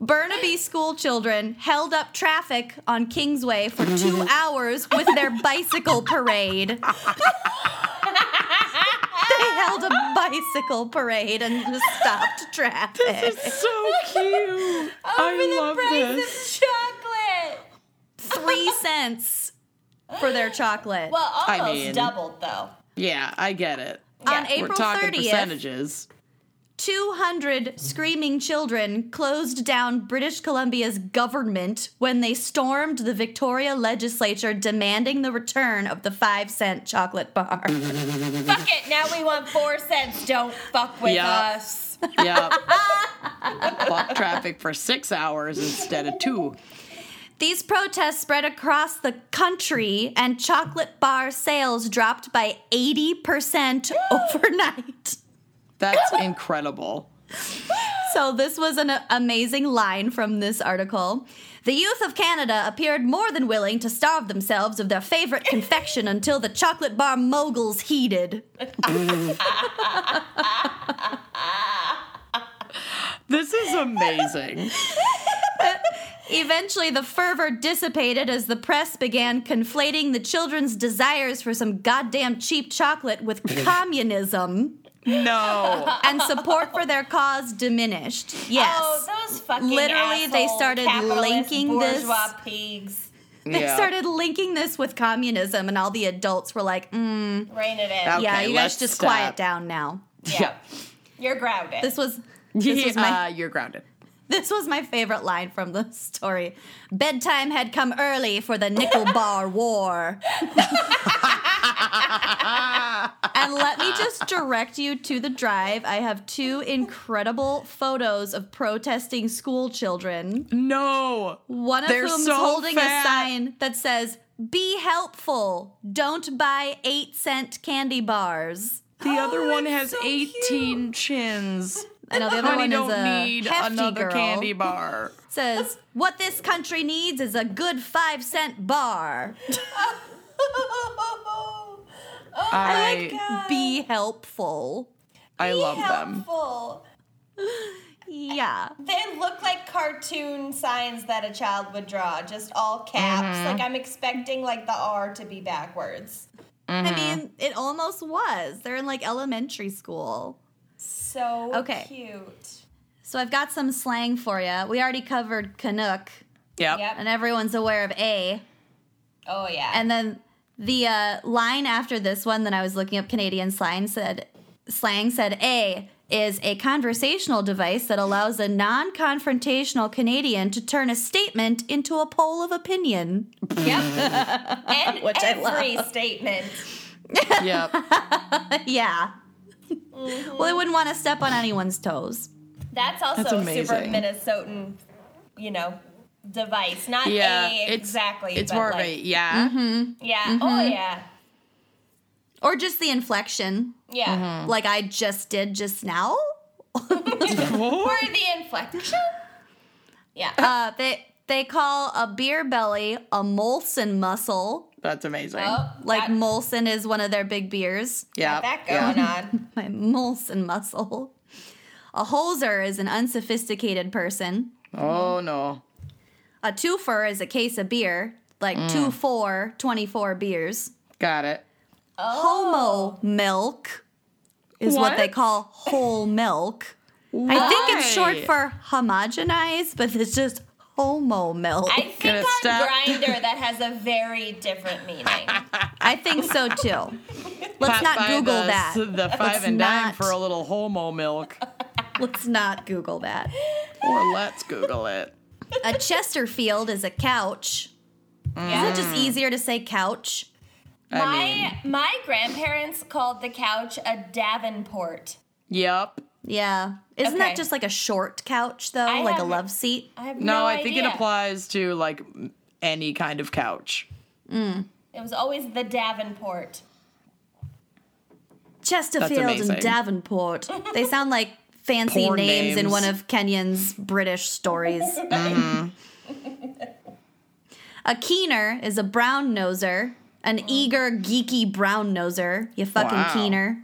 Speaker 4: Burnaby school children held up traffic on Kingsway for two hours with their bicycle parade. they held a bicycle parade and just stopped traffic.
Speaker 3: so
Speaker 4: Oh,
Speaker 3: cute.
Speaker 2: Over
Speaker 3: I
Speaker 2: the
Speaker 3: love
Speaker 2: price
Speaker 3: this.
Speaker 2: of chocolate.
Speaker 4: Three cents for their chocolate.
Speaker 2: Well, almost
Speaker 3: I mean-
Speaker 2: doubled though.
Speaker 3: Yeah, I get it.
Speaker 4: on
Speaker 2: yeah.
Speaker 4: April
Speaker 3: We're talking
Speaker 4: 30th,
Speaker 3: percentages.
Speaker 4: 200 screaming children closed down British Columbia's government when they stormed the Victoria legislature demanding the return of the 5 cent chocolate bar.
Speaker 2: Fuck it. Now we want four cents. Don't fuck with
Speaker 3: Yeah.
Speaker 2: us.
Speaker 3: Yeah. Block traffic for six hours instead of two.
Speaker 4: These protests spread across the country and chocolate bar sales dropped by 80% overnight.
Speaker 3: That's incredible.
Speaker 4: So, this was an amazing line from this article. The youth of Canada appeared more than willing to starve themselves of their favorite confection until the chocolate bar moguls heeded.
Speaker 3: This is amazing.
Speaker 4: Eventually, the fervor dissipated as the press began conflating the children's desires for some goddamn cheap chocolate with communism,
Speaker 3: No.
Speaker 4: and support for their cause diminished. Yes.
Speaker 2: Oh, those fucking
Speaker 4: Literally, they
Speaker 2: asshole
Speaker 4: started
Speaker 2: capitalist
Speaker 4: linking this-
Speaker 2: bourgeois pigs.
Speaker 4: they
Speaker 3: Yeah.
Speaker 4: started linking this with communism, and all the adults were like, mm,
Speaker 2: Rein it in.
Speaker 3: That-
Speaker 4: yeah,
Speaker 3: Okay,
Speaker 4: you
Speaker 3: let's
Speaker 4: guys just
Speaker 3: stop.
Speaker 4: quiet down now.
Speaker 3: Yeah.
Speaker 2: You're grounded.
Speaker 4: This was.
Speaker 3: yeah.
Speaker 4: This was my
Speaker 3: uh, you're grounded.
Speaker 4: this was my favorite line from the story. Bedtime had come early for the nickel bar war. and let me just direct you to the drive. I have two incredible photos of protesting school children.
Speaker 3: No.
Speaker 4: One of
Speaker 3: They're
Speaker 4: whom's
Speaker 3: so
Speaker 4: holding
Speaker 3: fat.
Speaker 4: a sign that says, Be helpful. Don't buy eight cent candy bars.
Speaker 3: The other one has 18 chins.
Speaker 4: I know the other
Speaker 3: Honey,
Speaker 4: one is
Speaker 3: don't
Speaker 4: a
Speaker 3: need
Speaker 4: hefty
Speaker 3: another
Speaker 4: girl.
Speaker 3: candy bar.
Speaker 4: Says what this country needs is a good five cent bar.
Speaker 2: oh,
Speaker 3: I-
Speaker 2: my god.
Speaker 4: Be helpful.
Speaker 3: I
Speaker 2: Be
Speaker 3: love them.
Speaker 2: helpful.
Speaker 4: Yeah.
Speaker 2: They look like cartoon signs that a child would draw, just all caps.
Speaker 4: Mm-hmm.
Speaker 2: Like I'm expecting like the R to be backwards.
Speaker 4: I mean, it almost was. They're in like elementary school.
Speaker 2: So
Speaker 4: Okay.
Speaker 2: cute.
Speaker 4: So I've got some slang for you. We already covered Canuck,
Speaker 3: Yep.
Speaker 2: Yep.
Speaker 4: and everyone's aware of A.
Speaker 2: Oh yeah.
Speaker 4: And then the uh, line after this one that I was looking up Canadian slang said slang said A is a conversational device that allows a non-confrontational Canadian to turn a statement into a poll of opinion.
Speaker 2: yep. and
Speaker 4: Which I love.
Speaker 2: every statement.
Speaker 3: Yep.
Speaker 4: yeah. Well, they wouldn't want to step on anyone's toes.
Speaker 2: That's also
Speaker 3: That's
Speaker 2: a super
Speaker 3: amazing.
Speaker 2: Minnesotan, you know, device. Not
Speaker 3: Yeah.
Speaker 2: a
Speaker 3: it's-
Speaker 2: exactly.
Speaker 3: It's
Speaker 2: but
Speaker 3: more
Speaker 2: like,
Speaker 3: of a Mm-hmm. yeah.
Speaker 2: Yeah. Oh yeah.
Speaker 4: Or just the inflection,
Speaker 2: Yeah.
Speaker 4: like I just did just now. mm-hmm.
Speaker 3: Mm-hmm.
Speaker 2: Or the inflection. Yeah.
Speaker 4: Uh, they they call a beer belly a Molson muscle.
Speaker 3: That's amazing.
Speaker 2: oh,
Speaker 4: Like
Speaker 2: got-
Speaker 4: Molson is one of their big beers.
Speaker 3: yeah.
Speaker 2: got that
Speaker 3: yeah.
Speaker 2: going on.
Speaker 4: My Molson muscle. A hoser is an unsophisticated person.
Speaker 3: Oh no.
Speaker 4: A twofer is a case of beer, like two four, 24 beers.
Speaker 3: Got it.
Speaker 4: Homo milk is what? they
Speaker 3: What?
Speaker 4: call whole milk. I think it's short
Speaker 3: Why?
Speaker 4: for homogenized, but it's just homo milk.
Speaker 2: I
Speaker 4: I,
Speaker 2: think
Speaker 3: Gonna
Speaker 2: on
Speaker 3: stop.
Speaker 2: Grinder that has a very different meaning.
Speaker 4: think so too. Let's
Speaker 3: Pop
Speaker 4: not
Speaker 3: by
Speaker 4: Google
Speaker 3: the,
Speaker 4: that.
Speaker 3: The five and dime
Speaker 4: not.
Speaker 3: for a little homo milk,
Speaker 4: Let's not Google that.
Speaker 3: or let's Google it.
Speaker 4: A Chesterfield is a couch. Is it
Speaker 2: Yeah.
Speaker 4: just easier to say couch?
Speaker 3: I mean,
Speaker 2: My my grandparents called the couch a Davenport.
Speaker 3: yep.
Speaker 4: Yeah. Isn't that
Speaker 2: Okay.
Speaker 4: just like a short couch though?
Speaker 2: I
Speaker 4: like a
Speaker 2: haven't-
Speaker 4: love seat?
Speaker 2: I have
Speaker 3: No,
Speaker 2: no,
Speaker 3: I think it
Speaker 2: idea.
Speaker 3: applies to like any kind of couch.
Speaker 2: It was always the Davenport.
Speaker 4: Chesterfield
Speaker 3: amazing.
Speaker 4: and Davenport. They sound like fancy
Speaker 3: Poor
Speaker 4: names, in
Speaker 3: names. Mm-hmm.
Speaker 4: one of Kenyon's British stories. a keener is a brown noser, an eager, geeky brown noser. You fucking
Speaker 3: Mm-hmm. Wow.
Speaker 4: keener.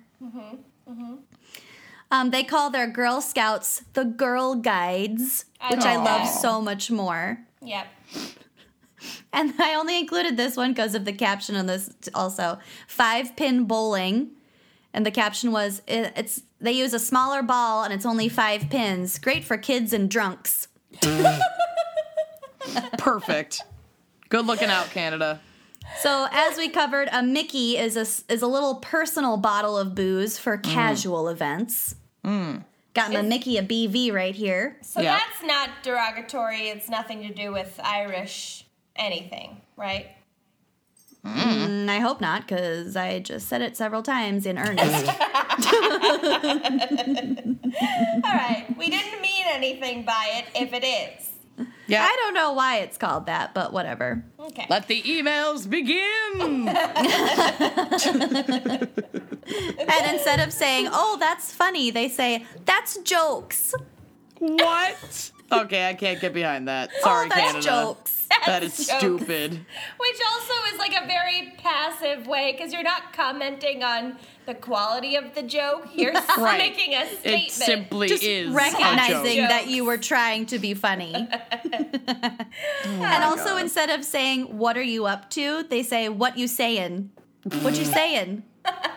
Speaker 4: Um, they call their Girl Scouts the Girl Guides,
Speaker 2: I
Speaker 4: which I
Speaker 2: love
Speaker 4: love
Speaker 2: that.
Speaker 4: so much more.
Speaker 2: Yep.
Speaker 4: And I only included this one because of the caption on this t- also. Five pin bowling. And the caption was it, it's they use a smaller ball and it's only 5 pins. Great for kids and drunks.
Speaker 3: Perfect. Good looking out, Canada.
Speaker 4: So as we covered, a Mickey is a s- is a little personal bottle of booze for casual events. Got my Mickey a BV right here.
Speaker 2: So
Speaker 3: Yeah.
Speaker 2: that's not derogatory. It's nothing to do with Irish anything, right?
Speaker 4: Mm, I hope not, because I just said it several times in earnest.
Speaker 2: All right. We didn't mean anything by it if it is.
Speaker 3: Yeah.
Speaker 4: I don't know why it's called that, but whatever.
Speaker 2: Okay.
Speaker 3: Let the emails begin.
Speaker 4: And instead of saying, oh, that's funny, they say, that's jokes.
Speaker 3: what? Okay, I can't get behind that. Sorry,
Speaker 4: oh, that's
Speaker 3: Canada.
Speaker 4: jokes.
Speaker 3: That is stupid.
Speaker 2: Which also is like a very passive way because you're not commenting on the quality of the joke. You're s-
Speaker 3: Right.
Speaker 2: making a statement.
Speaker 3: It simply
Speaker 4: Just
Speaker 3: is
Speaker 4: recognizing
Speaker 3: a joke.
Speaker 4: that you were trying to be funny.
Speaker 3: Oh
Speaker 4: and also, instead of saying, what are you up to, they say, what you saying? What you saying?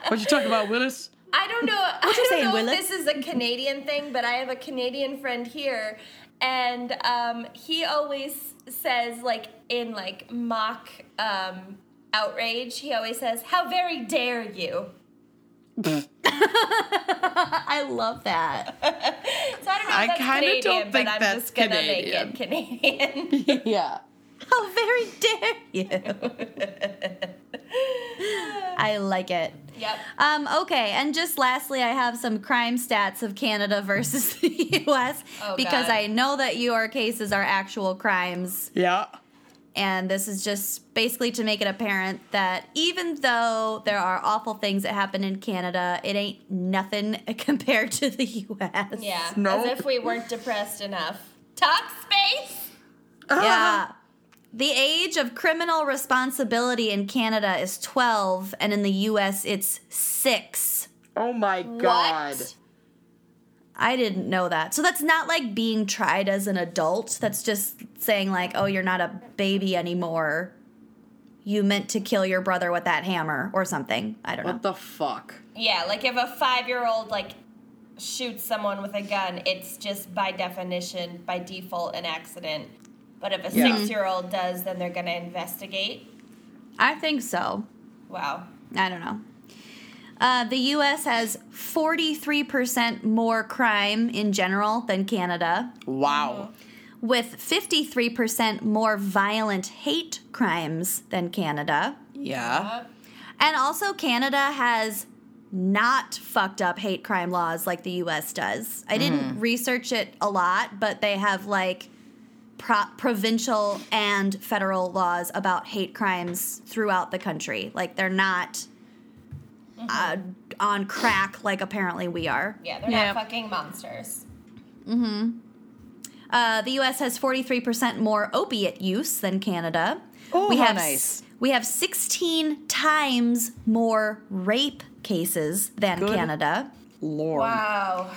Speaker 3: What you talking about, Willis?
Speaker 2: I don't know. I
Speaker 4: you
Speaker 2: don't
Speaker 4: saying,
Speaker 2: know
Speaker 4: Willa?
Speaker 2: if this is a Canadian thing, but I have a Canadian friend here, and um, he always says, like in like mock um, outrage, he always says, "How very dare you!"
Speaker 4: I love that.
Speaker 2: So I don't know.
Speaker 3: I
Speaker 2: If that's
Speaker 3: kinda
Speaker 2: Canadian,
Speaker 3: don't think
Speaker 2: but I'm
Speaker 3: that's
Speaker 2: just gonna make it Canadian.
Speaker 3: Yeah.
Speaker 4: How very dare you? I like it.
Speaker 2: yep.
Speaker 4: Um, okay, and just lastly, I have some crime stats of Canada versus the U.S.
Speaker 2: Oh,
Speaker 4: because
Speaker 2: God.
Speaker 4: I know that your cases are actual crimes,
Speaker 3: Yeah.
Speaker 4: And this is just basically to make it apparent that even though there are awful things that happen in Canada, it ain't nothing compared to the US.
Speaker 2: Yeah.
Speaker 3: Nope.
Speaker 2: As if we weren't depressed enough. Talk space.
Speaker 4: Yeah. The age of criminal responsibility in Canada is 12, and in the US, it's six.
Speaker 3: Oh my god.
Speaker 2: What?
Speaker 4: I didn't know that. So that's not like being tried as an adult. That's just saying, like, oh, you're not a baby anymore. You meant to kill your brother with that hammer or something. I don't know.
Speaker 3: What the fuck?
Speaker 2: Yeah, like if a five-year-old like shoots someone with a gun, it's just by definition, by default, an accident. But if a
Speaker 3: Yeah.
Speaker 2: six-year-old does, then they're gonna investigate.
Speaker 4: I think so.
Speaker 2: Wow.
Speaker 4: I don't know. Uh, the US has 43% more crime in general than Canada,
Speaker 3: Wow.
Speaker 4: with 53% more violent hate crimes than Canada.
Speaker 3: Yeah.
Speaker 4: And also, Canada has not fucked up hate crime laws like the US does. I
Speaker 3: Mm.
Speaker 4: didn't research it a lot, but they have like pro- provincial and federal laws about hate crimes throughout the country. Like, they're not uh, on crack like apparently we are.
Speaker 2: Yeah, they're
Speaker 3: Mm-hmm. Yeah.
Speaker 2: not fucking monsters.
Speaker 4: Uh, the U.S. has 43% more opiate use than Canada.
Speaker 3: Oh, how
Speaker 4: have
Speaker 3: nice.
Speaker 4: We have 16 times more rape cases than
Speaker 3: Good.
Speaker 4: Canada.
Speaker 3: Lord.
Speaker 2: Wow.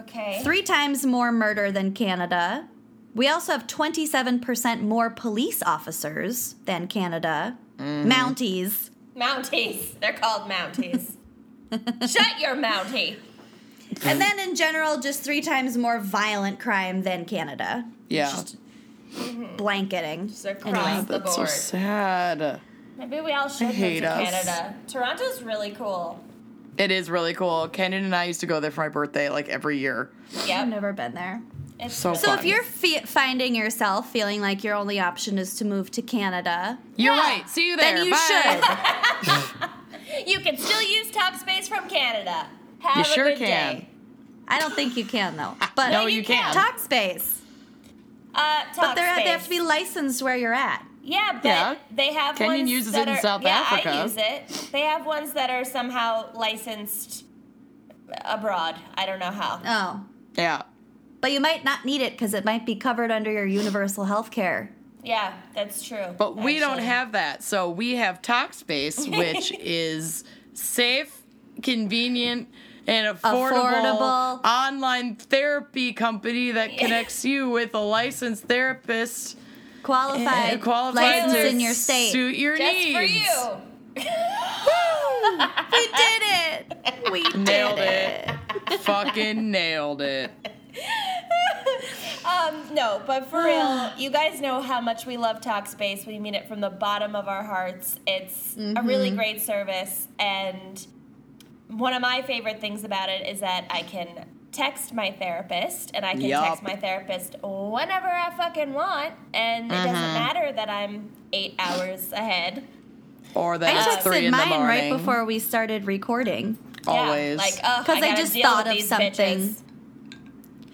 Speaker 2: Okay.
Speaker 4: Three times more murder than Canada. We also have 27% more police officers than Canada.
Speaker 3: Mm-hmm.
Speaker 4: Mounties.
Speaker 2: Mounties. They're called Mounties. Shut your Mountie.
Speaker 4: and then in general, just three times more violent crime than Canada.
Speaker 3: Yeah.
Speaker 4: Blanketing.
Speaker 2: Just across the
Speaker 3: That's so
Speaker 2: board.
Speaker 3: sad.
Speaker 2: Maybe we all should move
Speaker 3: hate
Speaker 2: to
Speaker 3: us.
Speaker 2: Canada. Toronto's really cool.
Speaker 3: It is really cool. Kenan and I used to go there for my birthday like every year.
Speaker 4: I've
Speaker 2: Yep.
Speaker 4: never been there.
Speaker 2: It's
Speaker 3: So,
Speaker 4: So
Speaker 3: fun.
Speaker 4: if you're fe- finding yourself feeling like your only option is to move to Canada,
Speaker 3: You're right. See you there.
Speaker 4: then you
Speaker 3: Bye.
Speaker 4: should.
Speaker 2: You can still use top space from Canada. Have
Speaker 3: You
Speaker 2: a
Speaker 3: sure
Speaker 2: good
Speaker 3: can.
Speaker 2: day.
Speaker 4: I don't think you can though. But
Speaker 3: No, you can.
Speaker 4: Talk space,
Speaker 2: Uh, talk
Speaker 4: but they're,
Speaker 2: space.
Speaker 4: they have to be licensed where you're at.
Speaker 2: Yeah, but
Speaker 3: Yeah.
Speaker 2: they have
Speaker 3: Kenyon
Speaker 2: ones
Speaker 3: uses
Speaker 2: that
Speaker 3: it in
Speaker 2: are-
Speaker 3: South
Speaker 2: yeah, I
Speaker 3: Africa.
Speaker 2: use it. They have ones that are somehow licensed abroad. I don't know how.
Speaker 3: Uh.
Speaker 4: Oh,
Speaker 3: Yeah.
Speaker 4: but you might not need it because it might be covered under your universal health care.
Speaker 2: yeah, that's true.
Speaker 3: But we don't
Speaker 2: actually.
Speaker 3: have that. So we have Talkspace, which is safe, convenient, and affordable,
Speaker 4: Affordable.
Speaker 3: online therapy company that connects you with a licensed therapist
Speaker 4: Qualified,
Speaker 3: Eh, qualified
Speaker 4: license
Speaker 3: to
Speaker 4: in your state.
Speaker 3: suit your
Speaker 2: just
Speaker 3: needs.
Speaker 2: for you.
Speaker 4: we did it. We did
Speaker 3: Nailed
Speaker 4: it.
Speaker 3: it. Fucking nailed it.
Speaker 2: Um, no, but for real, you guys know how much we love Talkspace. We mean it from the bottom of our hearts. It's a
Speaker 4: Mm-hmm.
Speaker 2: really great service, and one of my favorite things about it is that I can text my therapist, and I can
Speaker 3: Yup.
Speaker 2: text my therapist whenever I fucking want, and it doesn't
Speaker 4: Uh-huh.
Speaker 2: matter that I'm eight hours ahead.
Speaker 3: Or
Speaker 4: I
Speaker 3: that it's three
Speaker 4: texted
Speaker 3: in the
Speaker 4: mine
Speaker 3: morning.
Speaker 4: right before we started recording.
Speaker 3: Always.
Speaker 2: yeah, like oh,
Speaker 4: 'Cause I
Speaker 2: I, gotta
Speaker 4: just
Speaker 2: deal with
Speaker 4: thought of
Speaker 2: these
Speaker 4: something.
Speaker 2: bitches.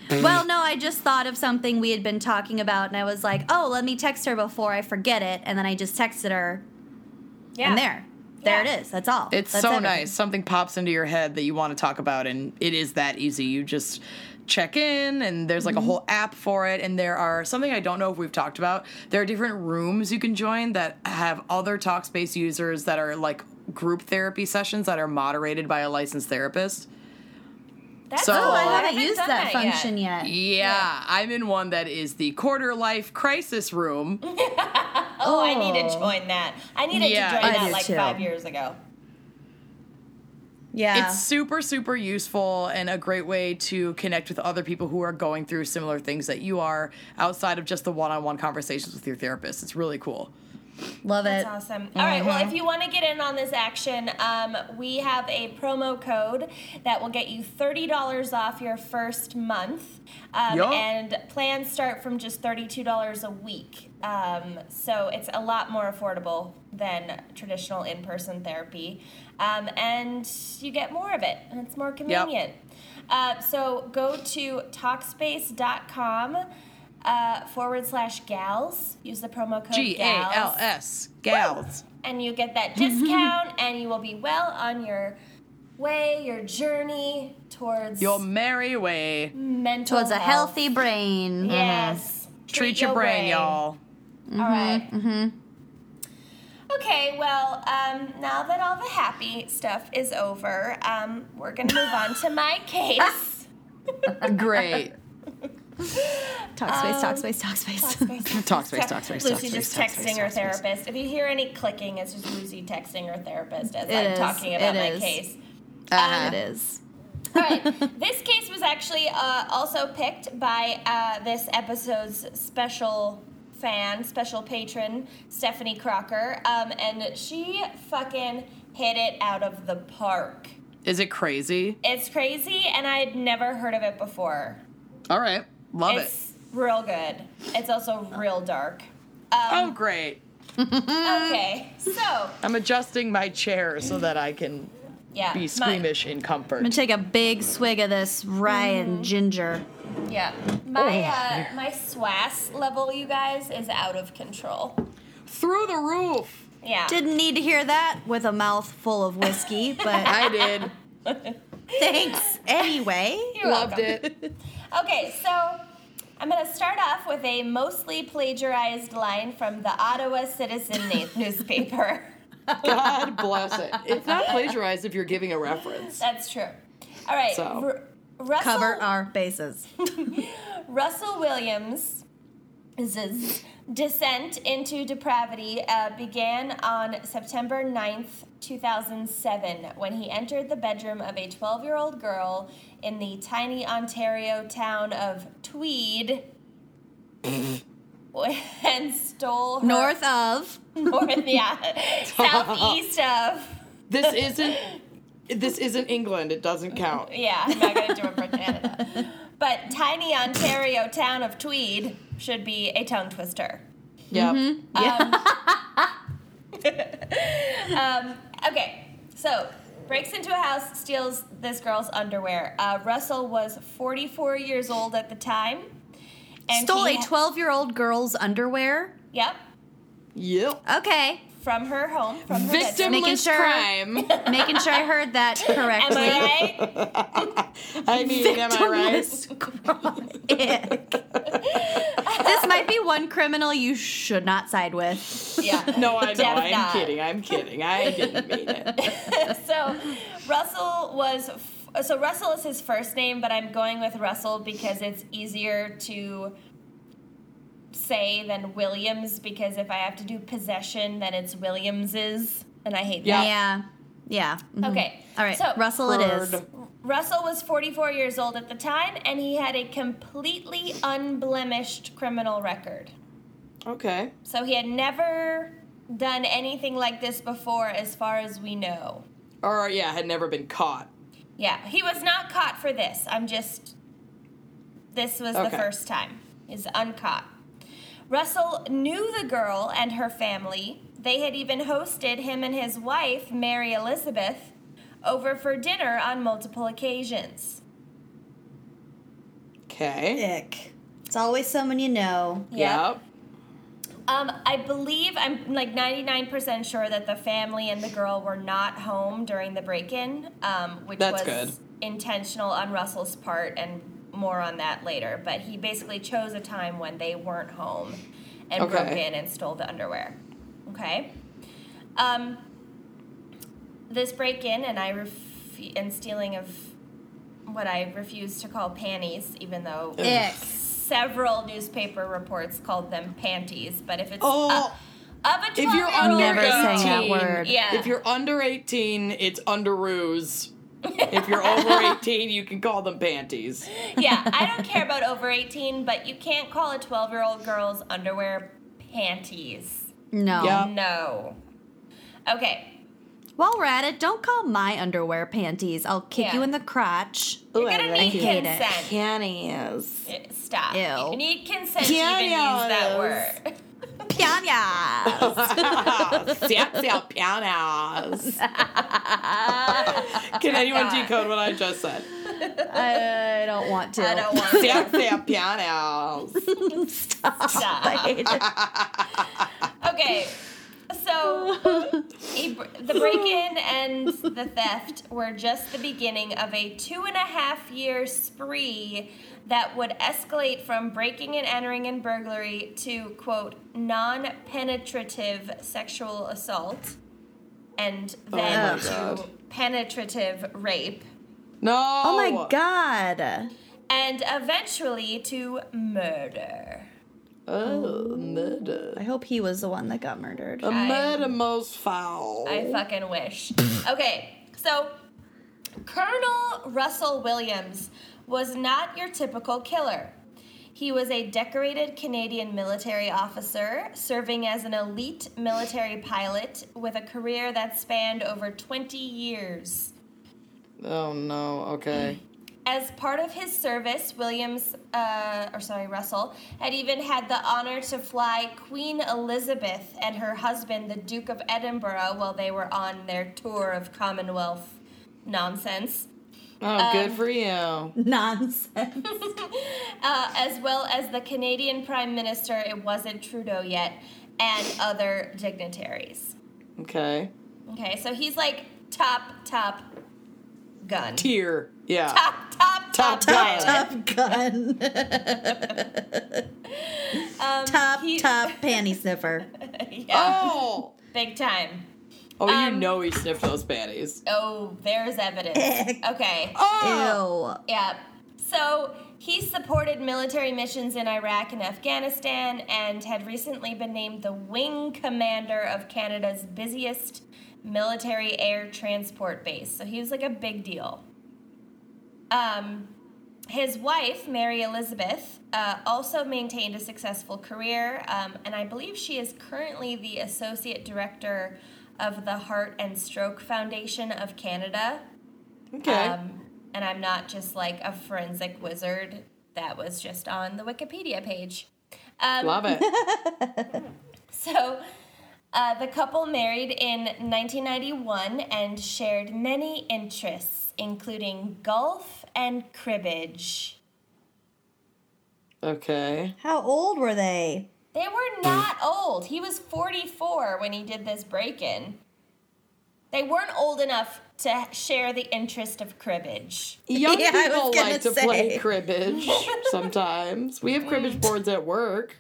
Speaker 3: Mm-hmm.
Speaker 4: Well, no, I just thought of something we had been talking about, and I was like, oh, let me text her before I forget it. And then I just texted her,
Speaker 2: Yeah.
Speaker 4: and there. There
Speaker 2: Yeah.
Speaker 4: it is. That's all.
Speaker 3: It's
Speaker 4: That's
Speaker 3: so
Speaker 4: everything.
Speaker 3: nice. Something pops into your head that you want to talk about, and it is that easy. You just check in, and there's
Speaker 4: Mm-hmm.
Speaker 3: like a whole app for it. And there are something I don't know if we've talked about. There are different rooms you can join that have other Talkspace users that are like group therapy sessions that are moderated by a licensed therapist.
Speaker 2: That's
Speaker 3: So-
Speaker 2: cool.
Speaker 4: Oh, I
Speaker 3: Oh, I
Speaker 4: haven't used
Speaker 2: done
Speaker 4: that, function yet.
Speaker 3: Yeah, I'm in one that is the quarter life crisis room.
Speaker 2: Oh, I need to join that. I needed
Speaker 3: Yeah,
Speaker 2: to
Speaker 3: I
Speaker 2: join
Speaker 4: do
Speaker 2: that like
Speaker 4: too.
Speaker 2: five years ago.
Speaker 4: Yeah.
Speaker 3: It's super, super useful and a great way to connect with other people who are going through similar things that you are outside of just the one on one conversations with your therapist. It's really cool.
Speaker 4: Love it.
Speaker 2: That's awesome. All right. Well, if
Speaker 3: Mm-hmm.
Speaker 2: you want to get in on this action, um, we have a promo code that will get you thirty dollars off your first month, um,
Speaker 3: Yup.
Speaker 2: and plans start from just thirty-two dollars a week. Um, so it's a lot more affordable than traditional in-person therapy, um, and you get more of it, and it's more convenient. Uh, so go to talkspace.com uh, forward slash gals. Use the promo code
Speaker 3: G A L
Speaker 2: gals,
Speaker 3: S. Gals.
Speaker 2: and you get that discount, and you will be well on your way, your journey towards
Speaker 3: Your merry way.
Speaker 2: mental
Speaker 4: Towards a
Speaker 2: health.
Speaker 4: healthy brain.
Speaker 2: Yes.
Speaker 3: Mm-hmm. Treat your brain, y'all.
Speaker 4: Mm-hmm,
Speaker 2: All right. Okay, well, um, now that all the happy stuff is over, um, we're going to move on to my case.
Speaker 3: Great.
Speaker 4: Talk space, talk space, talk space.
Speaker 3: Talk space, talk space, talk
Speaker 2: Lucy
Speaker 3: space,
Speaker 2: just
Speaker 3: talk
Speaker 2: texting
Speaker 3: space,
Speaker 2: her
Speaker 3: talk space.
Speaker 2: therapist. If you hear any clicking, it's just Lucy texting her therapist as
Speaker 4: It
Speaker 2: I'm
Speaker 4: is,
Speaker 2: talking
Speaker 4: it
Speaker 2: about my
Speaker 4: is.
Speaker 2: case. Uh-huh.
Speaker 4: Ah, it is.
Speaker 2: All right. this case was actually uh, also picked by uh, this episode's special fan, special patron, Stephanie Crocker, um, and she fucking hit it out of the park.
Speaker 3: Is it crazy?
Speaker 2: It's crazy, and I had never heard of it before.
Speaker 3: All right. Love it.
Speaker 2: it's real good. It's also real dark.
Speaker 3: Oh, great.
Speaker 2: Okay, so
Speaker 3: I'm adjusting my chair so that I can
Speaker 2: yeah,
Speaker 3: be
Speaker 2: my-
Speaker 3: squeamish in
Speaker 4: I'm
Speaker 3: comfort.
Speaker 4: gonna take a big swig of this rye
Speaker 2: Mm-hmm.
Speaker 4: and ginger.
Speaker 2: yeah, my
Speaker 3: Oh.
Speaker 2: uh, my SWAS level, you guys, is out of control.
Speaker 3: Through the roof.
Speaker 2: Yeah.
Speaker 4: Didn't need to hear that with a mouth full of whiskey, but
Speaker 3: I did.
Speaker 4: thanks anyway.
Speaker 2: You're
Speaker 3: Loved
Speaker 2: welcome.
Speaker 3: it.
Speaker 2: Okay, so I'm going to start off with a mostly plagiarized line from the Ottawa Citizen na- newspaper.
Speaker 3: God bless it. It's not plagiarized if you're giving a reference.
Speaker 2: That's true. All right.
Speaker 3: So.
Speaker 2: Ru- Russell,
Speaker 4: Cover our bases.
Speaker 2: Russell Williams' descent into depravity uh, began on September 9th, 2007, when he entered the bedroom of a 12 year old girl in the tiny Ontario town of Tweed and stole her.
Speaker 4: North of
Speaker 2: north, yeah, uh, southeast of.
Speaker 3: This isn't. This isn't England. It doesn't count.
Speaker 2: Yeah, I'm not gonna do it for Canada. But tiny Ontario town of Tweed should be a tongue twister.
Speaker 3: Yep.
Speaker 4: Mm-hmm.
Speaker 2: Okay, so breaks into a house, steals this girl's underwear. Uh, Russell was 44 years old at the time. And
Speaker 4: stole
Speaker 2: he-
Speaker 4: a 12 year old girl's underwear.
Speaker 2: Yep,
Speaker 3: Yep.
Speaker 4: Okay,
Speaker 2: from her home, from her bedroom.
Speaker 4: Making
Speaker 3: Victimless
Speaker 4: sure-
Speaker 3: crime.
Speaker 4: making sure I heard that
Speaker 2: Am
Speaker 4: correctly.
Speaker 2: I right?
Speaker 3: I mean, am I right?
Speaker 4: Ick. this might be one criminal you should not side with.
Speaker 2: Yeah.
Speaker 3: No, I know.
Speaker 2: Def
Speaker 3: I'm
Speaker 2: not.
Speaker 3: kidding. I'm kidding. I didn't mean it.
Speaker 2: so Russell was f- so Russell is his first name, but I'm going with Russell because it's easier to say than Williams because if I have to do possession, then it's Williams's, and I hate
Speaker 3: Yeah.
Speaker 2: that.
Speaker 4: Yeah, yeah. mhm.
Speaker 2: Okay.
Speaker 4: All right,
Speaker 2: So
Speaker 4: Russell, it is.
Speaker 3: Bird.
Speaker 2: Russell was 44 years old at the time, and he had a completely unblemished criminal record.
Speaker 3: Okay.
Speaker 2: So he had never done anything like this before, as far as we know.
Speaker 3: Or yeah, had never been caught.
Speaker 2: Yeah, he was not caught for this. I'm just. This was the
Speaker 3: Okay.
Speaker 2: first time. He's uncaught. Russell knew the girl and her family. They had even hosted him and his wife, Mary Elizabeth, over for dinner on multiple occasions.
Speaker 3: Okay.
Speaker 4: Ick.
Speaker 5: It's always someone you know.
Speaker 3: Yep.
Speaker 2: Um, I believe I'm like 99% sure that the family and the girl were not home during the break-in, um, which was
Speaker 3: That's good.
Speaker 2: intentional on Russell's part, and more on that later. But he basically chose a time when they weren't home and
Speaker 3: Okay.
Speaker 2: broke in and stole the underwear. Okay. Um, this break-in and I ref- and stealing of what I refuse to call panties, even though
Speaker 4: Ick.
Speaker 2: several newspaper reports called them panties, but if it's
Speaker 3: Oh.
Speaker 2: uh, of a 12
Speaker 3: If you're
Speaker 2: year
Speaker 3: under
Speaker 2: old
Speaker 4: Never
Speaker 2: girl,
Speaker 4: sang that
Speaker 3: 18,
Speaker 4: word.
Speaker 2: Yeah.
Speaker 3: If you're under 18, it's underoos. if you're over 18, you can call them panties.
Speaker 2: yeah, I don't care about over 18, but you can't call a 12 year old girl's underwear panties.
Speaker 4: No.
Speaker 3: Yeah.
Speaker 2: No. Okay.
Speaker 4: While we're at it, don't call my underwear panties. I'll kick
Speaker 2: Yeah.
Speaker 4: you in the crotch.
Speaker 2: You're gonna need
Speaker 4: hate it.
Speaker 2: consent.
Speaker 3: Panties.
Speaker 2: Eh, Stop.
Speaker 4: Ew.
Speaker 2: You need consent to even use
Speaker 3: Panties.
Speaker 2: that word.
Speaker 4: Pianya.
Speaker 3: Zap, zap,
Speaker 4: Oh
Speaker 3: panties. can anyone decode what I just said?
Speaker 4: I don't want to.
Speaker 2: I don't want to
Speaker 3: Tap, tap, pianos.
Speaker 2: stop.
Speaker 4: I hate it.
Speaker 2: Okay, so a br- the break in and the theft were just the beginning of a two and a half year spree that would escalate from breaking and entering and burglary to, quote, non penetrative sexual assault and then
Speaker 3: my
Speaker 2: to penetrative rape
Speaker 3: No.
Speaker 4: Oh my god.
Speaker 2: and eventually to murder.
Speaker 3: Oh, murder.
Speaker 4: I hope he was the one that got murdered.
Speaker 3: A murder most foul.
Speaker 2: I fucking wish. okay, so Colonel Russell Williams was not your typical killer. He was a decorated Canadian military officer serving as an elite military pilot with a career that spanned over 20 years.
Speaker 3: oh no. Okay.
Speaker 2: As part of his service, Williams, uh, or sorry, Russell, had even had the honor to fly Queen Elizabeth and her husband, the Duke of Edinburgh, while they were on their tour of Commonwealth nonsense,
Speaker 3: Oh,
Speaker 4: Um,
Speaker 3: good for you.
Speaker 4: Nonsense.
Speaker 2: uh, as well as the Canadian Prime Minister, it wasn't Trudeau yet, and other dignitaries.
Speaker 3: Okay.
Speaker 2: Okay, so he's like top, top gun.
Speaker 3: Tier. Yeah.
Speaker 2: Top, top, top,
Speaker 3: Top gun.
Speaker 2: pilot.
Speaker 4: Top gun. top,
Speaker 2: Um, he-
Speaker 4: top panty sniffer.
Speaker 2: Yeah,
Speaker 3: Oh.
Speaker 2: big time.
Speaker 3: Oh,
Speaker 4: Um,
Speaker 3: you know he sniffed those panties.
Speaker 2: Oh, there's evidence. okay.
Speaker 3: Oh.
Speaker 4: Ew.
Speaker 2: Yeah. So he supported military missions in Iraq and Afghanistan and had recently been named the wing commander of Canada's busiest military air transport base. So he was like a big deal. Um, his wife, Mary Elizabeth, uh, also maintained a successful career, um, and I believe she is currently the associate director of the Heart and Stroke Foundation of Canada.
Speaker 3: Okay.
Speaker 2: Um, and I'm not just like a forensic wizard that was just on the Wikipedia page. Um,
Speaker 3: Love it.
Speaker 2: so uh, the couple married in 1991 and shared many interests, including golf and cribbage.
Speaker 3: Okay.
Speaker 4: How old were they?
Speaker 2: They were not old. He was 44 when he did this break in. They weren't old enough to share the interest of cribbage.
Speaker 3: Young
Speaker 4: Yeah, I was
Speaker 3: people
Speaker 4: gonna
Speaker 3: like to play
Speaker 4: say.
Speaker 3: cribbage sometimes. We have cribbage boards at work.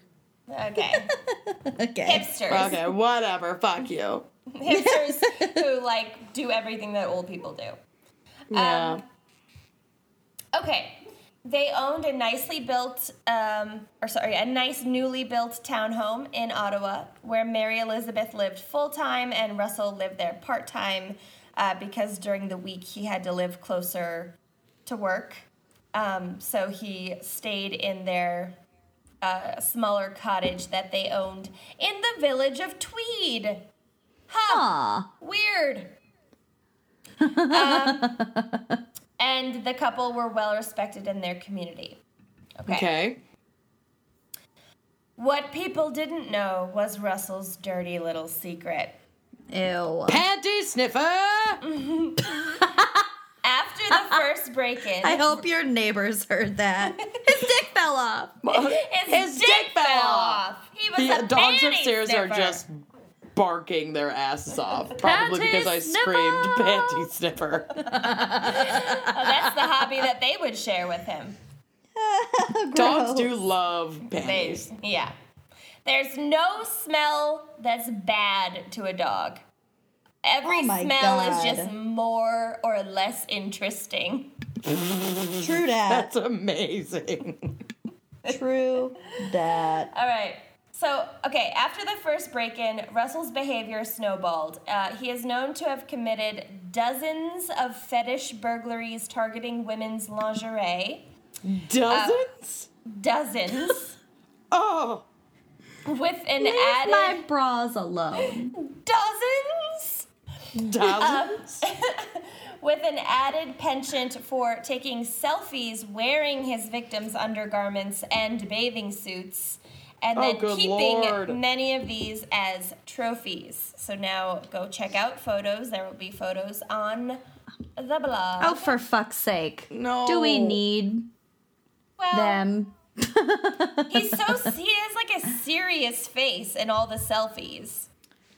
Speaker 2: Okay.
Speaker 4: Okay.
Speaker 2: Hipsters.
Speaker 3: Okay, whatever. Fuck you.
Speaker 2: hipsters who like do everything that old people do.
Speaker 4: Um,
Speaker 3: Yeah.
Speaker 2: Okay. They owned a nicely built, um, or sorry, a nice newly built townhome in Ottawa where Mary Elizabeth lived full time and Russell lived there part time uh, because during the week he had to live closer to work. Um, so he stayed in their uh, smaller cottage that they owned in the village of Tweed. Huh.
Speaker 4: Aw.
Speaker 2: Weird. um, and the couple were well respected in their community. Okay.
Speaker 3: okay.
Speaker 2: What people didn't know was Russell's dirty little secret.
Speaker 4: Ew.
Speaker 3: Panty sniffer.
Speaker 2: After the first break in,
Speaker 4: I hope your neighbors heard that. His dick fell off.
Speaker 2: his, dick, fell off. He was
Speaker 3: The
Speaker 2: a
Speaker 3: dogs
Speaker 2: panty
Speaker 3: upstairs are
Speaker 2: sniffer.
Speaker 3: just barking their asses off. Probably because I screamed panty sniffer.
Speaker 2: Oh, that's the hobby that they would share with him.
Speaker 3: Dogs do love
Speaker 2: They,
Speaker 3: panties.
Speaker 2: yeah. There's no smell that's bad to a dog. Every
Speaker 4: Oh my
Speaker 2: smell is
Speaker 4: God.
Speaker 2: just more or less interesting.
Speaker 4: True that.
Speaker 3: That's amazing.
Speaker 4: True that.
Speaker 2: All right. So, okay, after the first break in, Russell's behavior snowballed. Uh, he is known to have committed dozens of fetish burglaries targeting women's lingerie.
Speaker 3: Dozens?
Speaker 2: Dozens.
Speaker 4: Uh,
Speaker 3: oh.
Speaker 2: with an
Speaker 4: Leave
Speaker 2: added.
Speaker 4: my bras alone.
Speaker 2: dozens?
Speaker 3: Dozens?
Speaker 4: um,
Speaker 2: with an added penchant for taking selfies wearing his victims' undergarments and bathing suits, and
Speaker 3: Oh,
Speaker 2: then
Speaker 3: good
Speaker 2: keeping
Speaker 3: lord.
Speaker 2: many of these as trophies. So now go check out photos. There will be photos on The blah.
Speaker 4: Oh, for fuck's sake.
Speaker 6: No.
Speaker 4: Do we need
Speaker 2: well,
Speaker 4: them?
Speaker 2: he's so he has like a serious face in all the selfies.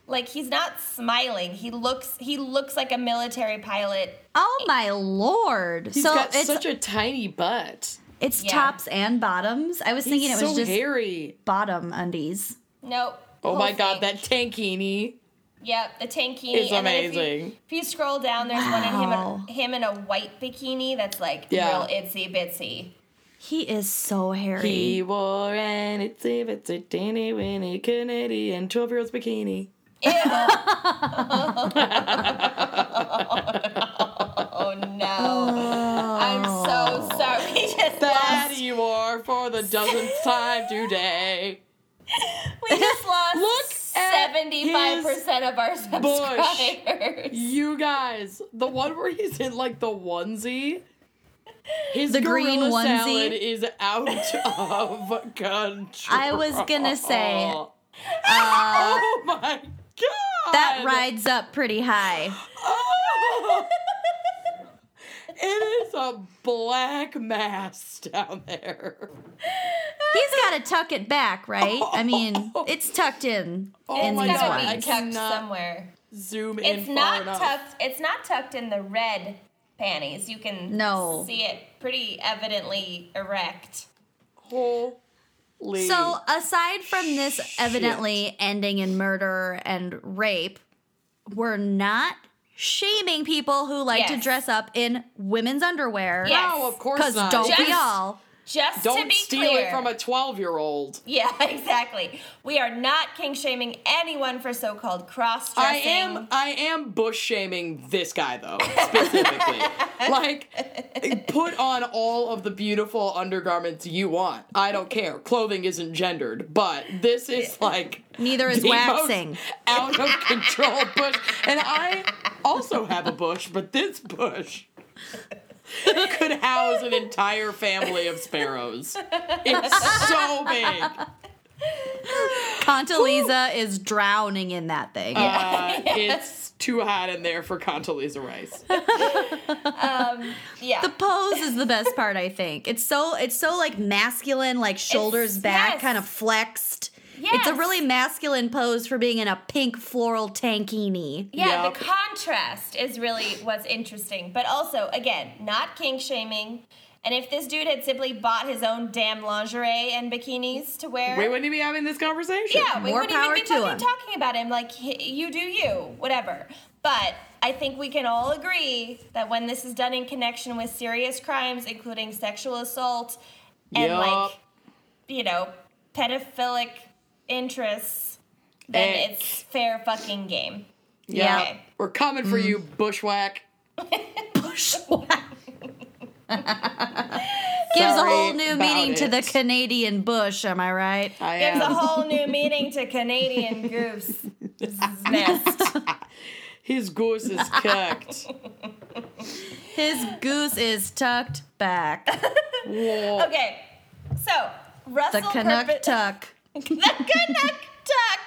Speaker 2: Like he's not smiling. He looks he looks like a military pilot.
Speaker 4: Oh my lord.
Speaker 3: He's
Speaker 4: so
Speaker 3: got
Speaker 4: it's
Speaker 3: such a tiny butt.
Speaker 4: it's
Speaker 2: Yeah.
Speaker 4: tops and bottoms. I was thinking
Speaker 3: He's
Speaker 4: it was
Speaker 3: so
Speaker 4: just
Speaker 3: hairy.
Speaker 4: bottom undies.
Speaker 2: Nope.
Speaker 3: Oh my
Speaker 2: Whole thing.
Speaker 3: god, that tankini.
Speaker 2: Yep, the tankini.
Speaker 3: It's
Speaker 2: and then If you,
Speaker 3: amazing.
Speaker 2: if you scroll down, there's one
Speaker 4: Wow.
Speaker 2: in him, in- him in a white bikini that's like
Speaker 3: Yeah.
Speaker 2: real itsy bitsy.
Speaker 4: He is so hairy.
Speaker 3: He wore an itsy bitsy teeny weeny Canadian 12 year old's bikini.
Speaker 2: Ew. oh no. I'm so sorry. We just
Speaker 3: That
Speaker 2: lost
Speaker 3: he wore for the dozenth time today.
Speaker 2: we just lost
Speaker 3: Look at
Speaker 2: seventy five percent of our subscribers.
Speaker 3: You guys, the one where he's in like the onesie. His
Speaker 4: The green
Speaker 3: gorilla
Speaker 4: onesie?
Speaker 3: salad is out of control.
Speaker 4: I was gonna say, uh,
Speaker 3: Oh my god!
Speaker 4: That rides up pretty high.
Speaker 3: Oh! it is a black mass down there.
Speaker 4: He's got to tuck it back, right? I mean, it's tucked in
Speaker 3: Oh
Speaker 4: in
Speaker 3: my
Speaker 4: these
Speaker 3: God,
Speaker 2: gotta
Speaker 3: I
Speaker 2: be
Speaker 4: ones.
Speaker 2: tucked
Speaker 3: cannot
Speaker 2: somewhere.
Speaker 3: Zoom in.
Speaker 2: It's
Speaker 3: far
Speaker 2: not
Speaker 3: enough.
Speaker 2: tucked. It's not tucked in the red panties. You can
Speaker 4: No.
Speaker 2: see it pretty evidently erect.
Speaker 3: Holy.
Speaker 4: So, aside from this evidently ending in murder and rape, we're not shaming people who like to
Speaker 2: Yes.
Speaker 4: dress up in women's underwear.
Speaker 2: Yes.
Speaker 3: no, of course
Speaker 4: Because
Speaker 3: not.
Speaker 4: don't
Speaker 2: Just-
Speaker 4: we all?
Speaker 2: Just to
Speaker 3: Don't
Speaker 2: be
Speaker 3: steal
Speaker 2: clear,
Speaker 3: it from a 12 year old.
Speaker 2: Yeah, exactly. We are not king shaming anyone for so called cross dressing.
Speaker 3: I am I am bush shaming this guy though specifically. like put on all of the beautiful undergarments you want. I don't care. Clothing isn't gendered, but this is like
Speaker 4: Neither is
Speaker 3: the most
Speaker 4: waxing.
Speaker 3: out of control bush. And I also have a bush, but this bush could house an entire family of sparrows. It's so big.
Speaker 4: Condoleezza is drowning in that thing.
Speaker 3: Uh, It's too hot in there for Condoleezza Rice.
Speaker 2: Yeah.
Speaker 4: the pose is the best part i think it's so it's so like masculine like shoulders
Speaker 2: It's-
Speaker 4: back
Speaker 2: yes.
Speaker 4: kind of flexed it's a
Speaker 2: Yes.
Speaker 4: really masculine pose for being in a pink floral tankini
Speaker 2: yeah,
Speaker 3: Yup.
Speaker 2: the contrast is really what's interesting. But also, again, not king shaming. And if this dude had simply bought his own damn lingerie and bikinis to wear.
Speaker 3: We wouldn't even be having this conversation.
Speaker 2: yeah, we
Speaker 4: More
Speaker 2: wouldn't even
Speaker 4: power
Speaker 2: be
Speaker 4: to
Speaker 2: fucking
Speaker 4: him.
Speaker 2: talking about him. Like, h- you do you, whatever. But I think we can all agree that when this is done in connection with serious crimes, including sexual assault and,
Speaker 3: Yup.
Speaker 2: like, you know, pedophilic interests, then
Speaker 3: Ick.
Speaker 2: it's fair fucking game.
Speaker 3: yeah.
Speaker 2: Okay.
Speaker 3: We're coming for you, bushwhack.
Speaker 4: gives a
Speaker 3: Sorry
Speaker 4: whole new
Speaker 3: about
Speaker 4: meaning to the
Speaker 3: it.
Speaker 4: canadian bush am i right
Speaker 3: I
Speaker 2: Gives a
Speaker 3: am.
Speaker 2: whole new meaning to Canadian goose nest.
Speaker 3: His goose is cooked.
Speaker 4: his goose is tucked back
Speaker 3: Whoa.
Speaker 2: Okay, so
Speaker 4: the
Speaker 2: Russell
Speaker 4: canuck
Speaker 2: Purvis-
Speaker 4: tuck
Speaker 2: the Canuck Tuck.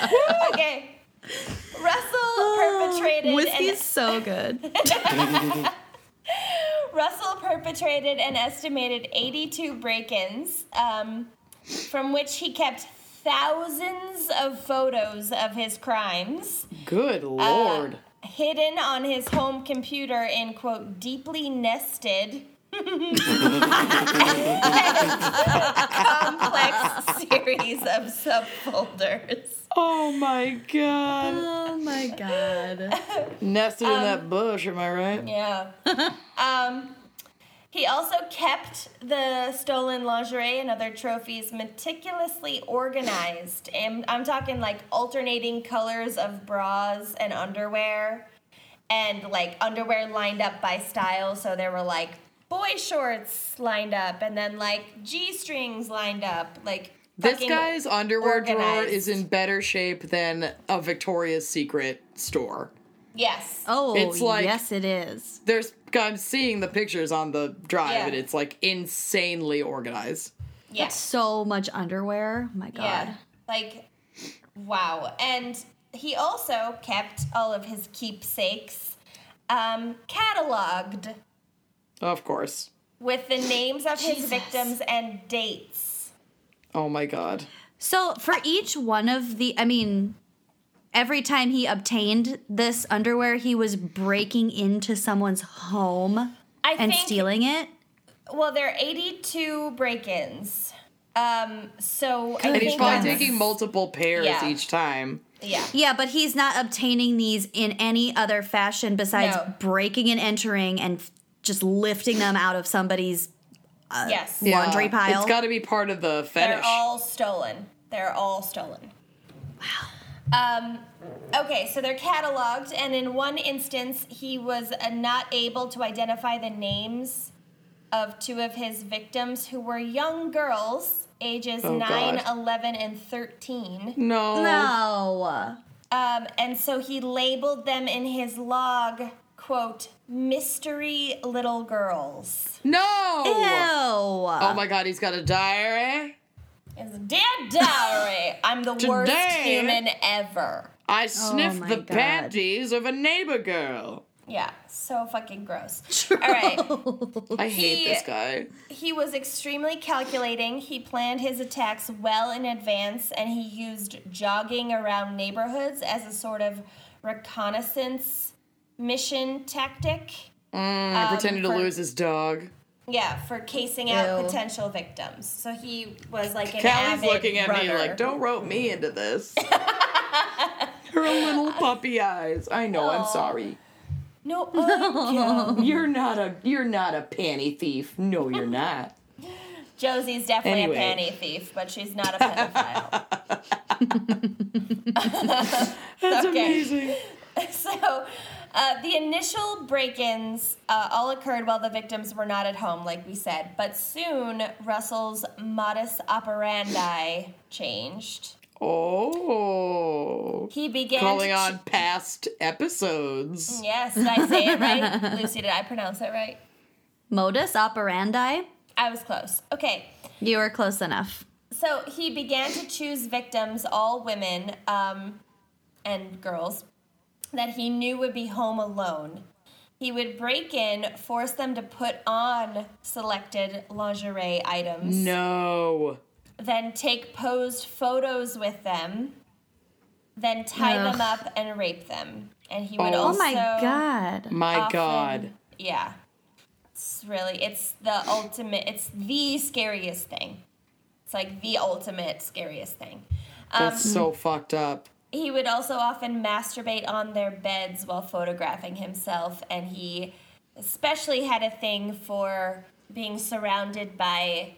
Speaker 2: okay, Russell perpetrated an
Speaker 4: whiskey's so good
Speaker 2: Russell perpetrated an estimated 82 break ins, um, from which he kept thousands of photos of his crimes
Speaker 3: Good
Speaker 2: Uh,
Speaker 3: lord.
Speaker 2: hidden on his home computer in, quote, deeply nested. complex series of subfolders.
Speaker 3: oh my
Speaker 2: uh,
Speaker 3: god.
Speaker 4: oh my god
Speaker 3: Nested in that bush, am I right?
Speaker 2: um, Yeah. um, he also kept the stolen lingerie and other trophies meticulously organized. And I'm talking like alternating colors of bras and underwear, and like underwear lined up by style. So there were like boy shorts lined up, and then like G strings lined up. Like
Speaker 3: This
Speaker 2: fucking
Speaker 3: guy's underwear drawer
Speaker 2: organized.
Speaker 3: is in better shape than a Victoria's Secret store.
Speaker 2: Yes.
Speaker 4: oh
Speaker 3: It's like-
Speaker 4: yes it is
Speaker 3: There's I'm seeing the pictures on the drive
Speaker 2: Yeah.
Speaker 3: and it's like insanely organized.
Speaker 2: Yes.
Speaker 4: so much underwear oh my god
Speaker 2: Yeah. Like, wow. And he also kept all of his keepsakes um, cataloged
Speaker 7: Of course.
Speaker 2: with the names of his victims and dates.
Speaker 7: Oh my god.
Speaker 4: So for each one of the, I mean, every time he obtained this underwear, he was breaking into someone's home
Speaker 2: I
Speaker 4: and
Speaker 2: think
Speaker 4: stealing it.
Speaker 2: well, there are 82 break-ins. Um, so I
Speaker 7: And he's
Speaker 2: think
Speaker 7: probably
Speaker 2: that's-
Speaker 7: taking multiple pairs
Speaker 2: Yeah.
Speaker 7: each time.
Speaker 2: yeah.
Speaker 4: Yeah, but he's not obtaining these in any other fashion besides
Speaker 2: No.
Speaker 4: breaking and entering and f- just lifting them out of somebody's
Speaker 2: yes.
Speaker 4: laundry pile.
Speaker 7: It's got to be part of the
Speaker 2: They're
Speaker 7: fetish.
Speaker 2: all stolen. They're all stolen. Wow. Um, okay, so they're cataloged, and in one instance, he was uh, not able to identify the names of two of his victims who were young girls, ages
Speaker 7: Oh,
Speaker 2: 9,
Speaker 7: God.
Speaker 2: 11, and 13.
Speaker 7: no.
Speaker 4: no.
Speaker 2: Um, and so he labeled them in his log, quote, mystery little girls.
Speaker 7: No.
Speaker 4: Ew.
Speaker 7: Oh my god, he's got a diary.
Speaker 2: It's dear diary, I'm the worst
Speaker 7: Today-
Speaker 2: human ever.
Speaker 7: I sniffed
Speaker 4: my
Speaker 7: the
Speaker 4: God.
Speaker 7: panties of a neighbor girl.
Speaker 2: Yeah, so fucking gross. All right.
Speaker 7: I hate
Speaker 2: He-
Speaker 7: this guy.
Speaker 2: He was extremely calculating. He planned his attacks well in advance and he used jogging around neighborhoods as a sort of reconnaissance mission tactic.
Speaker 7: I pretended Mm, to
Speaker 2: um, for-
Speaker 7: lose his dog.
Speaker 2: Yeah, for casing out
Speaker 4: Ew.
Speaker 2: potential victims. So he was like an
Speaker 7: Callie's
Speaker 2: avid
Speaker 7: looking at me
Speaker 2: runner.
Speaker 7: like, "Don't rope me into this." Her little puppy eyes. I know. I'm sorry.
Speaker 2: No, oh, Joe.
Speaker 7: You're not a. You're not a panty thief. No, you're not.
Speaker 2: Josie's definitely a
Speaker 7: Anyway.
Speaker 2: panty thief, but she's not a pedophile.
Speaker 7: That's
Speaker 2: Okay.
Speaker 7: amazing.
Speaker 2: so uh, the initial break-ins uh, all occurred while the victims were not at home like we said but soon russell's modus operandi changed
Speaker 7: Oh.
Speaker 2: he began
Speaker 7: Calling
Speaker 2: to
Speaker 7: on past episodes.
Speaker 2: yes did i say it right lucy did i pronounce it right
Speaker 4: Modus operandi.
Speaker 2: i was close okay
Speaker 4: You were close enough.
Speaker 2: So he began to choose victims, all women um, and girls, that he knew would be home alone. He would break in, force them to put on selected lingerie items,
Speaker 7: No.
Speaker 2: then take posed photos with them, then tie them up and rape them. And he would
Speaker 7: Oh.
Speaker 2: also.
Speaker 4: Oh my god.
Speaker 7: My
Speaker 2: often-
Speaker 7: God.
Speaker 2: Yeah. It's really, it's the ultimate, it's the scariest thing. It's like the ultimate scariest thing. Um,
Speaker 7: That's so fucked up.
Speaker 2: he would also often masturbate on their beds while photographing himself, and he especially had a thing for being surrounded by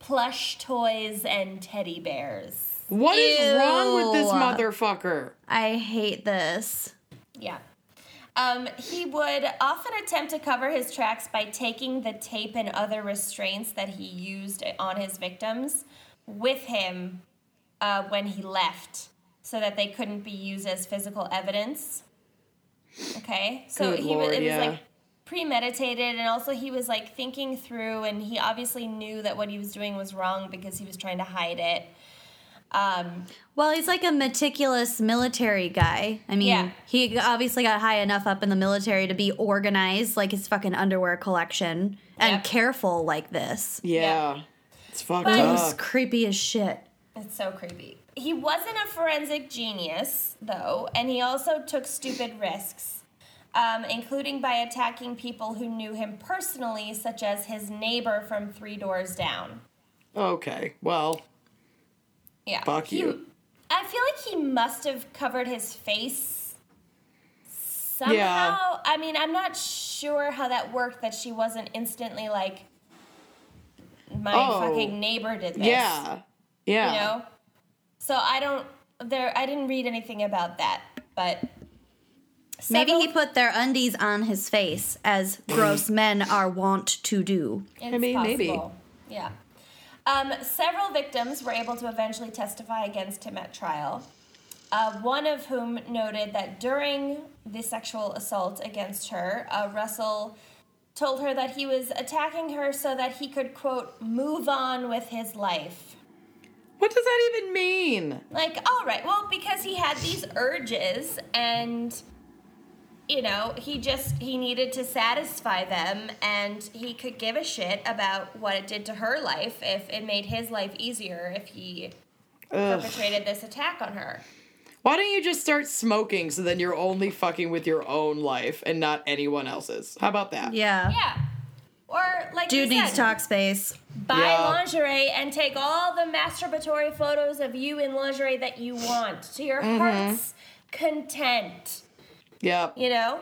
Speaker 2: plush toys and teddy bears.
Speaker 7: What is wrong with this
Speaker 4: Ew.
Speaker 7: motherfucker?
Speaker 4: I hate this.
Speaker 2: Yeah. Um, he would often attempt to cover his tracks by taking the tape and other restraints that he used on his victims with him uh, when he left so that they couldn't be used as physical evidence. Okay? So
Speaker 7: Good
Speaker 2: he
Speaker 7: Lord,
Speaker 2: was, it
Speaker 7: yeah.
Speaker 2: was like premeditated and also he was like thinking through and he obviously knew that what he was doing was wrong because he was trying to hide it. Um,
Speaker 4: Well, he's like a meticulous military guy. I mean,
Speaker 2: Yeah.
Speaker 4: he obviously got high enough up in the military to be organized like his fucking underwear collection and
Speaker 2: Yep.
Speaker 4: careful like this.
Speaker 7: Yeah. It's fucked
Speaker 2: But-
Speaker 4: It's
Speaker 7: up.
Speaker 4: creepy as shit.
Speaker 2: It's so creepy. He wasn't a forensic genius, though, and he also took stupid risks, um, including by attacking people who knew him personally, such as his neighbor from three doors down.
Speaker 7: Okay. Well,
Speaker 2: Yeah.
Speaker 7: Fuck
Speaker 2: He-
Speaker 7: you.
Speaker 2: I feel like he must have covered his face somehow. I mean, I'm not sure how that worked that she wasn't instantly like, my
Speaker 7: Oh.
Speaker 2: fucking neighbor did this.
Speaker 7: yeah. Yeah.
Speaker 2: you know so i don't there i didn't read anything about that but
Speaker 4: Maybe
Speaker 2: several-
Speaker 4: he put their undies on his face, as gross men are wont to do.
Speaker 2: it's
Speaker 7: mean, maybe.
Speaker 2: possible. yeah um, several victims were able to eventually testify against him at trial uh, one of whom noted that during the sexual assault against her uh, russell told her that he was attacking her so that he could quote move on with his life
Speaker 7: What does that even mean?
Speaker 2: Like, all right, well, because he had these urges and you know, he just he needed to satisfy them and he could give a shit about what it did to her life if it made his life easier if he perpetrated this attack on her.
Speaker 7: Why don't you just start smoking so then you're only fucking with your own life and not anyone else's? How about that?
Speaker 4: Yeah.
Speaker 2: Yeah. Or like you
Speaker 4: Dude needs
Speaker 2: said,
Speaker 4: talk space.
Speaker 2: buy
Speaker 7: Yeah.
Speaker 2: lingerie and take all the masturbatory photos of you in lingerie that you want to your
Speaker 7: Mm-hmm.
Speaker 2: heart's content.
Speaker 7: Yep.
Speaker 2: You know?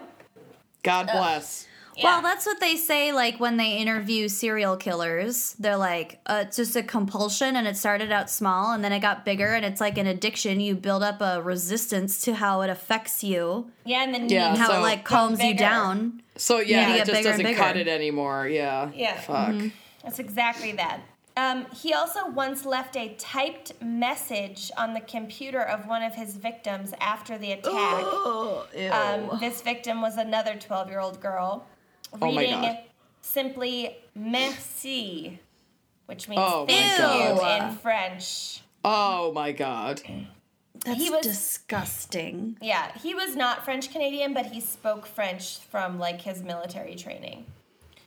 Speaker 7: God bless.
Speaker 2: Yeah.
Speaker 4: Well, that's what they say like when they interview serial killers. They're like, uh, it's just a compulsion and it started out small and then it got bigger and it's like an addiction. You build up a resistance to how it affects you
Speaker 2: yeah, and then
Speaker 7: Yeah.
Speaker 4: and how
Speaker 7: So-
Speaker 4: it like calms you
Speaker 2: Bigger.
Speaker 4: down.
Speaker 7: So
Speaker 4: need to
Speaker 7: yeah,
Speaker 4: get
Speaker 7: it just
Speaker 4: bigger and
Speaker 7: doesn't cut
Speaker 4: bigger. Mm-hmm.
Speaker 7: it anymore. Yeah.
Speaker 2: Yeah.
Speaker 7: Fuck.
Speaker 2: That's exactly that. Um, he also once left a typed message on the computer of one of his victims after the attack. Um, this victim was another 12 year old girl
Speaker 7: Oh my
Speaker 2: reading
Speaker 7: God.
Speaker 2: simply merci, which means
Speaker 7: Oh my
Speaker 2: thank you
Speaker 4: God.
Speaker 2: in French.
Speaker 7: Oh my god.
Speaker 4: That's
Speaker 2: He was-
Speaker 4: disgusting.
Speaker 2: Yeah, he was not French Canadian, but he spoke French from like his military training.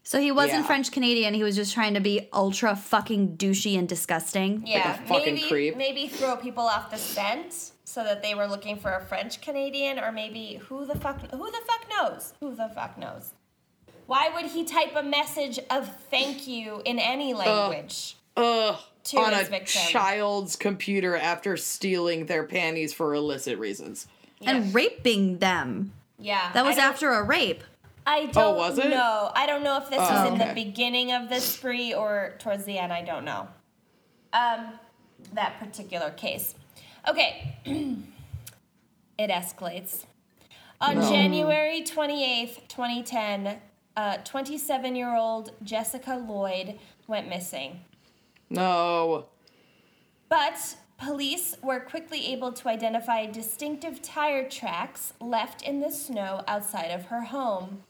Speaker 4: So he wasn't
Speaker 7: Yeah.
Speaker 4: French Canadian. He was just trying to be ultra fucking douchey and disgusting.
Speaker 2: Yeah,
Speaker 7: a fucking
Speaker 2: maybe
Speaker 7: creep.
Speaker 2: maybe throw people off the scent so that they were looking for a French Canadian, or maybe who the fuck who the fuck knows? Who the fuck knows? Why would he type a message of thank you in any language?
Speaker 7: Ugh.
Speaker 2: To
Speaker 7: on
Speaker 2: his
Speaker 7: a
Speaker 2: victim.
Speaker 7: child's computer after stealing their panties for illicit reasons.
Speaker 4: And raping them.
Speaker 2: yeah,
Speaker 4: That was
Speaker 2: I don't-
Speaker 4: after a rape.
Speaker 2: I don't
Speaker 7: Oh, was it? Oh,
Speaker 2: know. I don't know if this was in
Speaker 7: okay.
Speaker 2: the beginning of the spree or towards the end. I don't know. Um, that particular case. Okay. it escalates. On January 28th, 2010, uh, 27 year old Jessica Lloyd went missing.
Speaker 7: No.
Speaker 2: But police were quickly able to identify distinctive tire tracks left in the snow outside of her home.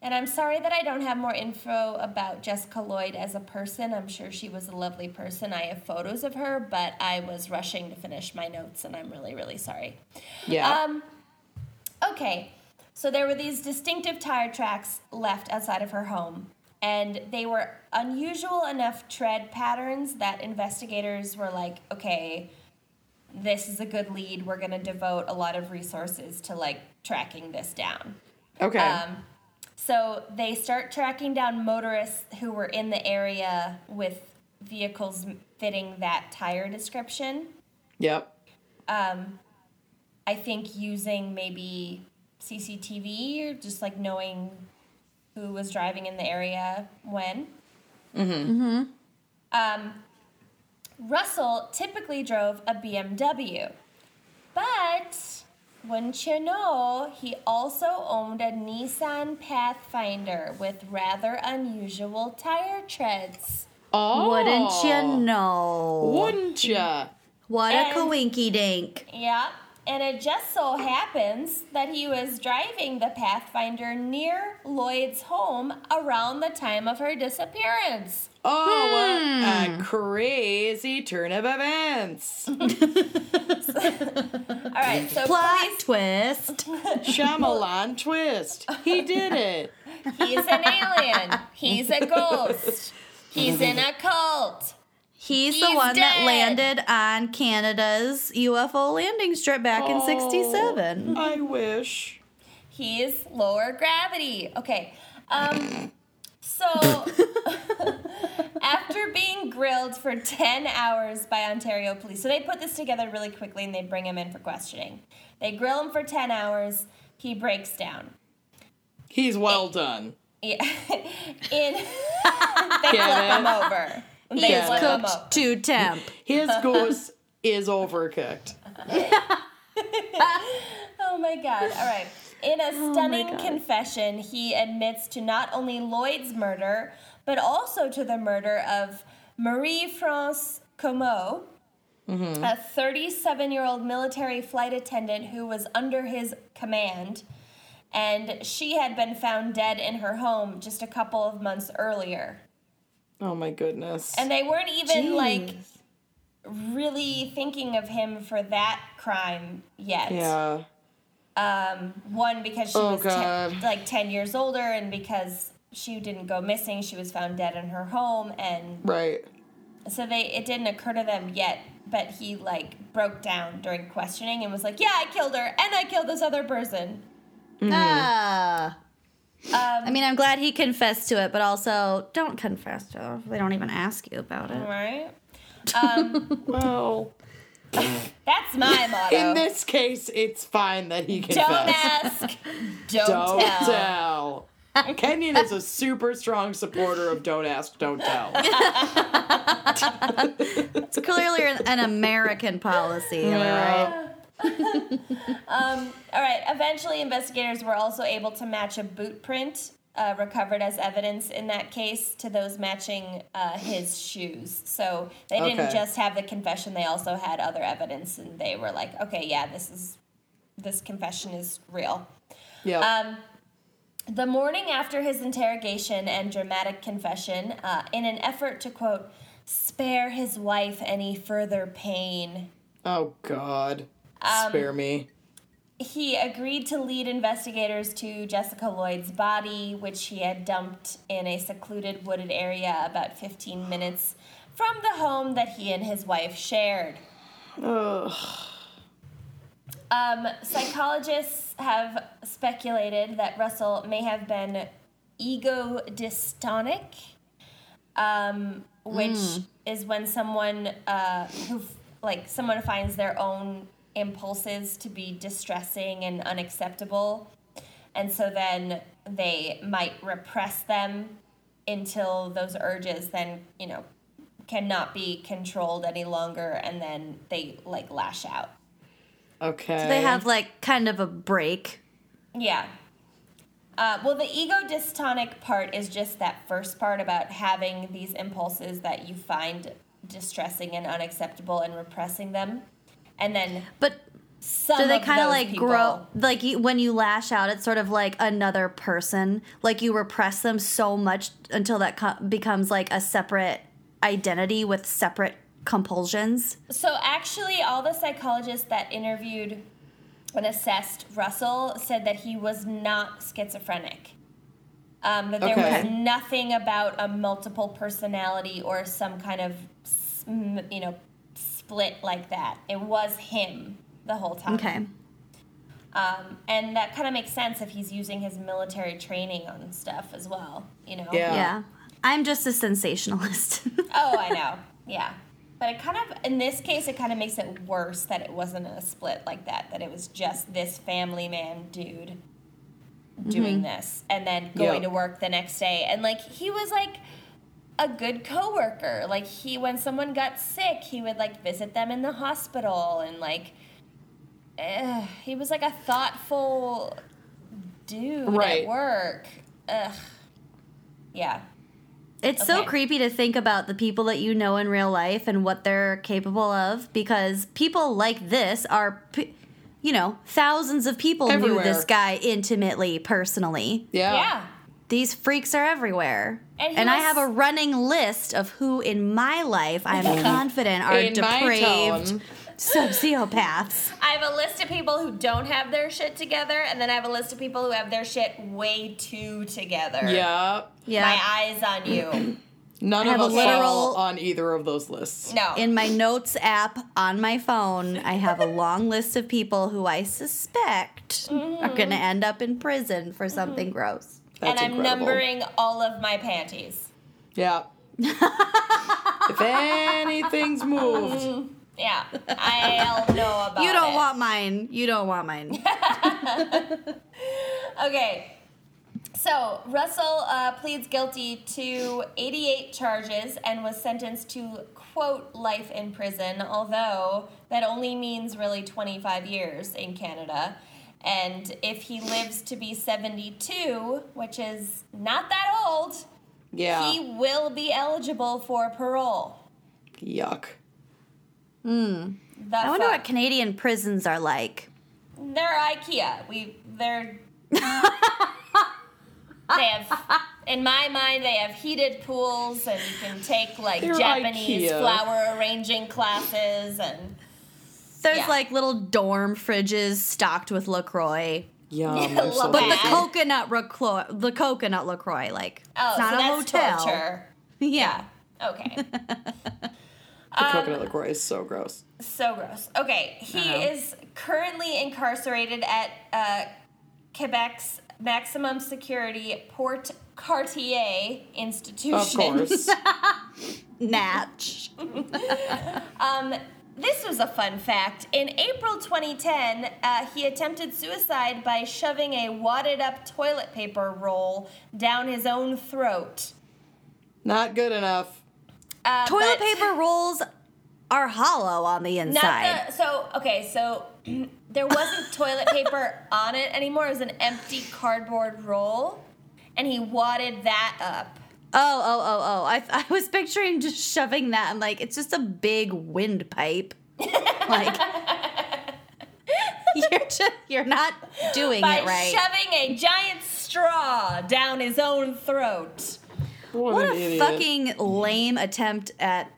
Speaker 2: And I'm sorry that I don't have more info about Jessica Lloyd as a person. I'm sure she was a lovely person. I have photos of her, but I was rushing to finish my notes, and I'm really, really sorry.
Speaker 7: Yeah.
Speaker 2: Um, okay, so there were these distinctive tire tracks left outside of her home, and they were unusual enough tread patterns that investigators were like, okay, this is a good lead. We're going to devote a lot of resources to like tracking this down.
Speaker 7: okay.
Speaker 2: Um, so they start tracking down motorists who were in the area with vehicles fitting that tire description.
Speaker 7: yep.
Speaker 2: I think using maybe CCTV or just like knowing who was driving in the area when. Mm-hmm. Um, Russell typically drove a BMW, but wouldn't you know, he also owned a Nissan Pathfinder with rather unusual tire treads.
Speaker 7: Oh.
Speaker 4: Wouldn't you know?
Speaker 7: Wouldn't ya?
Speaker 4: What a
Speaker 2: And-
Speaker 4: coinky dink.
Speaker 2: Yeah, and it just so happens that he was driving the Pathfinder near Lloyd's home around the time of her disappearance.
Speaker 7: Oh, what a crazy turn of events.
Speaker 2: All right, so
Speaker 4: Plot twist.
Speaker 7: Shyamalan twist. He did it.
Speaker 2: he's an alien, he's a ghost, he's in a cult.
Speaker 4: He's,
Speaker 2: He's
Speaker 4: the one
Speaker 2: dead.
Speaker 4: that landed on Canada's UFO landing strip back in
Speaker 7: Oh.
Speaker 4: 67.
Speaker 7: I wish.
Speaker 2: He's lower gravity. Okay. Um, so after being grilled for 10 hours by Ontario police, so they put this together really quickly and they bring him in for questioning. They grill him for 10 hours. He breaks down.
Speaker 7: He's well done.
Speaker 2: Yeah. in, they flip
Speaker 7: it?
Speaker 2: him over. They
Speaker 4: He's
Speaker 2: flip him over.
Speaker 4: cooked to temp.
Speaker 7: His goose is overcooked.
Speaker 2: Oh my god. All right. In a stunning confession, he admits to not only Lloyd's murder, but also to the murder of Marie France Comeau, a 37 year old military flight attendant who was under his command. And she had been found dead in her home just a couple of months earlier.
Speaker 7: Oh my goodness.
Speaker 2: And they weren't even like really thinking of him for that crime yet.
Speaker 7: Yeah.
Speaker 2: Um, one because she
Speaker 7: Oh,
Speaker 2: was ten,
Speaker 7: God.
Speaker 2: like ten years older, and because she didn't go missing, she was found dead in her home, and
Speaker 7: Right.
Speaker 2: so they it didn't occur to them yet. But he like broke down during questioning and was like, "Yeah, I killed her, and I killed this other person."
Speaker 4: Ah. I
Speaker 2: Mm-hmm. Um,
Speaker 4: mean, I'm glad he confessed to it, but also don't confess to it. They don't even ask you about it.
Speaker 2: right? Um,
Speaker 7: Well,
Speaker 2: that's my motto.
Speaker 7: in this case, it's fine that he
Speaker 2: don't
Speaker 7: confessed.
Speaker 2: ask, don't,
Speaker 7: Don't
Speaker 2: tell.
Speaker 7: tell. Kenyon is a super strong supporter of don't ask, don't tell.
Speaker 4: It's clearly an, an American policy. am I right?
Speaker 7: Yeah.
Speaker 2: Um, all right. Eventually, investigators were also able to match a boot print uh, recovered as evidence in that case to those matching uh, his shoes. So they didn't
Speaker 7: Okay.
Speaker 2: just have the confession; they also had other evidence, and they were like, "Okay, yeah, this is this confession is real."
Speaker 7: Yep.
Speaker 2: Um, the morning after his interrogation and dramatic confession, uh, in an effort to quote, spare his wife any further pain,
Speaker 7: oh, God.
Speaker 2: um,
Speaker 7: Spare me.
Speaker 2: he agreed to lead investigators to Jessica Lloyd's body, which he had dumped in a secluded wooded area about 15 minutes from the home that he and his wife shared. Um, psychologists have speculated that Russell may have been ego dystonic, um, which is when someone uh, who f- like someone finds their own impulses to be distressing and unacceptable, and so then they might repress them until those urges then you know cannot be controlled any longer, and then they like lash out.
Speaker 7: Okay.
Speaker 4: They have like kind of a break.
Speaker 2: Yeah. Uh, well, the ego dystonic part is just that first part about having these impulses that you find distressing and unacceptable and repressing them. And then
Speaker 4: But
Speaker 2: some
Speaker 4: do they
Speaker 2: of
Speaker 4: kind of
Speaker 2: those
Speaker 4: like
Speaker 2: people-
Speaker 4: grow? Like you, when you lash out, it's sort of like another person. Like you repress them so much until that co- becomes like a separate identity with separate compulsions.
Speaker 2: So actually, all the psychologists that interviewed and assessed Russell said that he was not schizophrenic. Um, that there
Speaker 7: Okay.
Speaker 2: was nothing about a multiple personality or some kind of s- m- you know split like that. It was him the whole time.
Speaker 4: Okay.
Speaker 2: Um, and that kind of makes sense if he's using his military training on stuff as well. You know.
Speaker 7: Yeah.
Speaker 4: Yeah. I'm just a sensationalist.
Speaker 2: Oh, I know. Yeah. But it kind of, in this case, it kind of makes it worse that it wasn't a split like that, that it was just this family man dude doing this and then
Speaker 7: Yep.
Speaker 2: going to work the next day. And like, he was like a good coworker. Like, he, when someone got sick, he would like visit them in the hospital and like, eh, he was like a thoughtful dude
Speaker 7: Right.
Speaker 2: at work. Ugh. Yeah.
Speaker 4: It's so
Speaker 2: Okay.
Speaker 4: creepy to think about the people that you know in real life and what they're capable of because people like this are, p- you know, thousands of people
Speaker 7: Everywhere.
Speaker 4: knew this guy intimately, personally.
Speaker 7: Yeah.
Speaker 2: Yeah.
Speaker 4: These freaks are everywhere.
Speaker 2: And he
Speaker 4: And, I
Speaker 2: was-
Speaker 4: have a running list of who in my life I'm confident are
Speaker 7: In my
Speaker 4: depraved
Speaker 7: town.
Speaker 4: sociopaths.
Speaker 2: I have a list of people who don't have their shit together, and then I have a list of people who have their shit way too together.
Speaker 7: Yeah.
Speaker 2: My
Speaker 4: Yeah.
Speaker 2: eyes on you.
Speaker 7: None
Speaker 4: I
Speaker 7: of
Speaker 4: have a
Speaker 7: us
Speaker 4: literal-
Speaker 7: fall on either of those lists.
Speaker 2: No.
Speaker 4: In my notes app on my phone, I have a long list of people who I suspect
Speaker 2: Mm-hmm.
Speaker 4: are going to end up in prison for something gross.
Speaker 2: and
Speaker 7: That's
Speaker 2: I'm
Speaker 7: incredible.
Speaker 2: numbering all of my panties.
Speaker 7: Yeah. if anything's
Speaker 2: Um,
Speaker 7: moved,
Speaker 2: Yeah. I'll know about
Speaker 4: You don't
Speaker 2: it.
Speaker 4: want mine. You don't want mine.
Speaker 2: Okay. So, Russell uh, pleads guilty to 88 charges and was sentenced to, quote, life in prison, although that only means really 25 years in Canada. And if he lives to be 72, which is not that old,
Speaker 7: yeah.
Speaker 2: he will be eligible for parole.
Speaker 7: Yuck.
Speaker 2: The
Speaker 4: I wonder
Speaker 2: fuck?
Speaker 4: what Canadian prisons are like.
Speaker 2: They're IKEA. We they're They have, in my mind, they have heated pools and you can take like
Speaker 7: They're
Speaker 2: Japanese
Speaker 7: IKEA.
Speaker 2: flower arranging classes and
Speaker 4: There's
Speaker 2: Yeah.
Speaker 4: like little dorm fridges stocked with LaCroix.
Speaker 7: Yum.
Speaker 2: Love
Speaker 7: I'm so
Speaker 4: But the
Speaker 2: Yeah.
Speaker 4: coconut LaCroix, the coconut LaCroix, like
Speaker 2: oh,
Speaker 4: it's not
Speaker 2: so
Speaker 4: a
Speaker 2: that's
Speaker 4: hotel.
Speaker 2: torture.
Speaker 4: Yeah.
Speaker 2: Okay,
Speaker 7: The
Speaker 2: Um,
Speaker 7: coconut liqueur is so gross.
Speaker 2: so gross. Okay, he is currently incarcerated at uh, Quebec's maximum security Port Cartier institution.
Speaker 7: Of course.
Speaker 4: Natch.
Speaker 2: Um, this was a fun fact. In April 2010, uh, he attempted suicide by shoving a wadded up toilet paper roll down his own throat.
Speaker 7: Not good enough.
Speaker 2: Uh,
Speaker 4: Toilet
Speaker 2: but-
Speaker 4: paper rolls are hollow on the
Speaker 2: Not
Speaker 4: inside.
Speaker 2: the, so, okay, so there wasn't toilet paper on it anymore. It was an empty cardboard roll, and he wadded that up.
Speaker 4: Oh, oh, oh, oh. I, I was picturing just shoving that and like, it's just a big windpipe. Like, you're just, you're not doing
Speaker 2: By
Speaker 4: it right.
Speaker 2: shoving a giant straw down his own throat.
Speaker 7: What,
Speaker 4: what
Speaker 7: an
Speaker 4: a
Speaker 7: idiot.
Speaker 4: fucking lame attempt at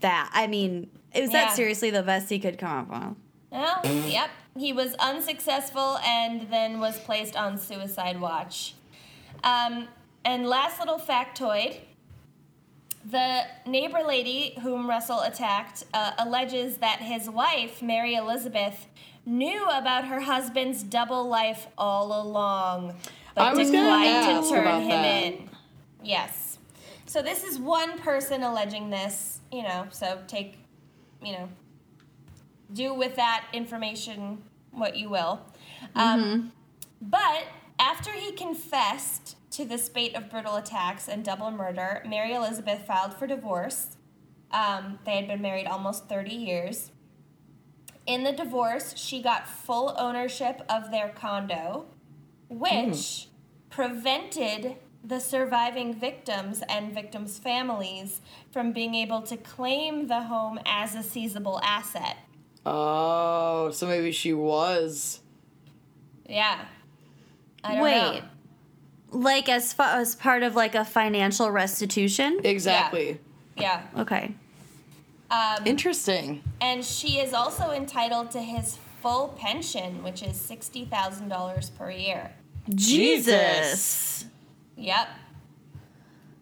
Speaker 4: that. I mean, is
Speaker 2: Yeah.
Speaker 4: that seriously the best he could come up with?
Speaker 2: Well, Oh, yep. He was unsuccessful and then was placed on suicide watch. Um, and last little factoid the neighbor lady whom Russell attacked uh, alleges that his wife, Mary Elizabeth, knew about her husband's double life all along, but
Speaker 7: I was gonna
Speaker 2: declined
Speaker 7: ask
Speaker 2: to turn
Speaker 7: about
Speaker 2: him
Speaker 7: that.
Speaker 2: in. Yes. So this is one person alleging this, you know, so take, you know, do with that information what you will. Um, But after he confessed to the spate of brutal attacks and double murder, Mary Elizabeth filed for divorce. Um, they had been married almost 30 years. In the divorce, she got full ownership of their condo, which prevented the surviving victims and victims' families from being able to claim the home as a seizable asset.
Speaker 7: Oh, so maybe she was.
Speaker 2: Yeah. I don't know.
Speaker 4: Wait. Like, as far as part of like a financial restitution?
Speaker 7: Exactly.
Speaker 2: Yeah.
Speaker 4: Okay.
Speaker 2: Um,
Speaker 7: Interesting.
Speaker 2: and she is also entitled to his full pension, which is $60,000 per year.
Speaker 7: Jesus.
Speaker 2: Yep.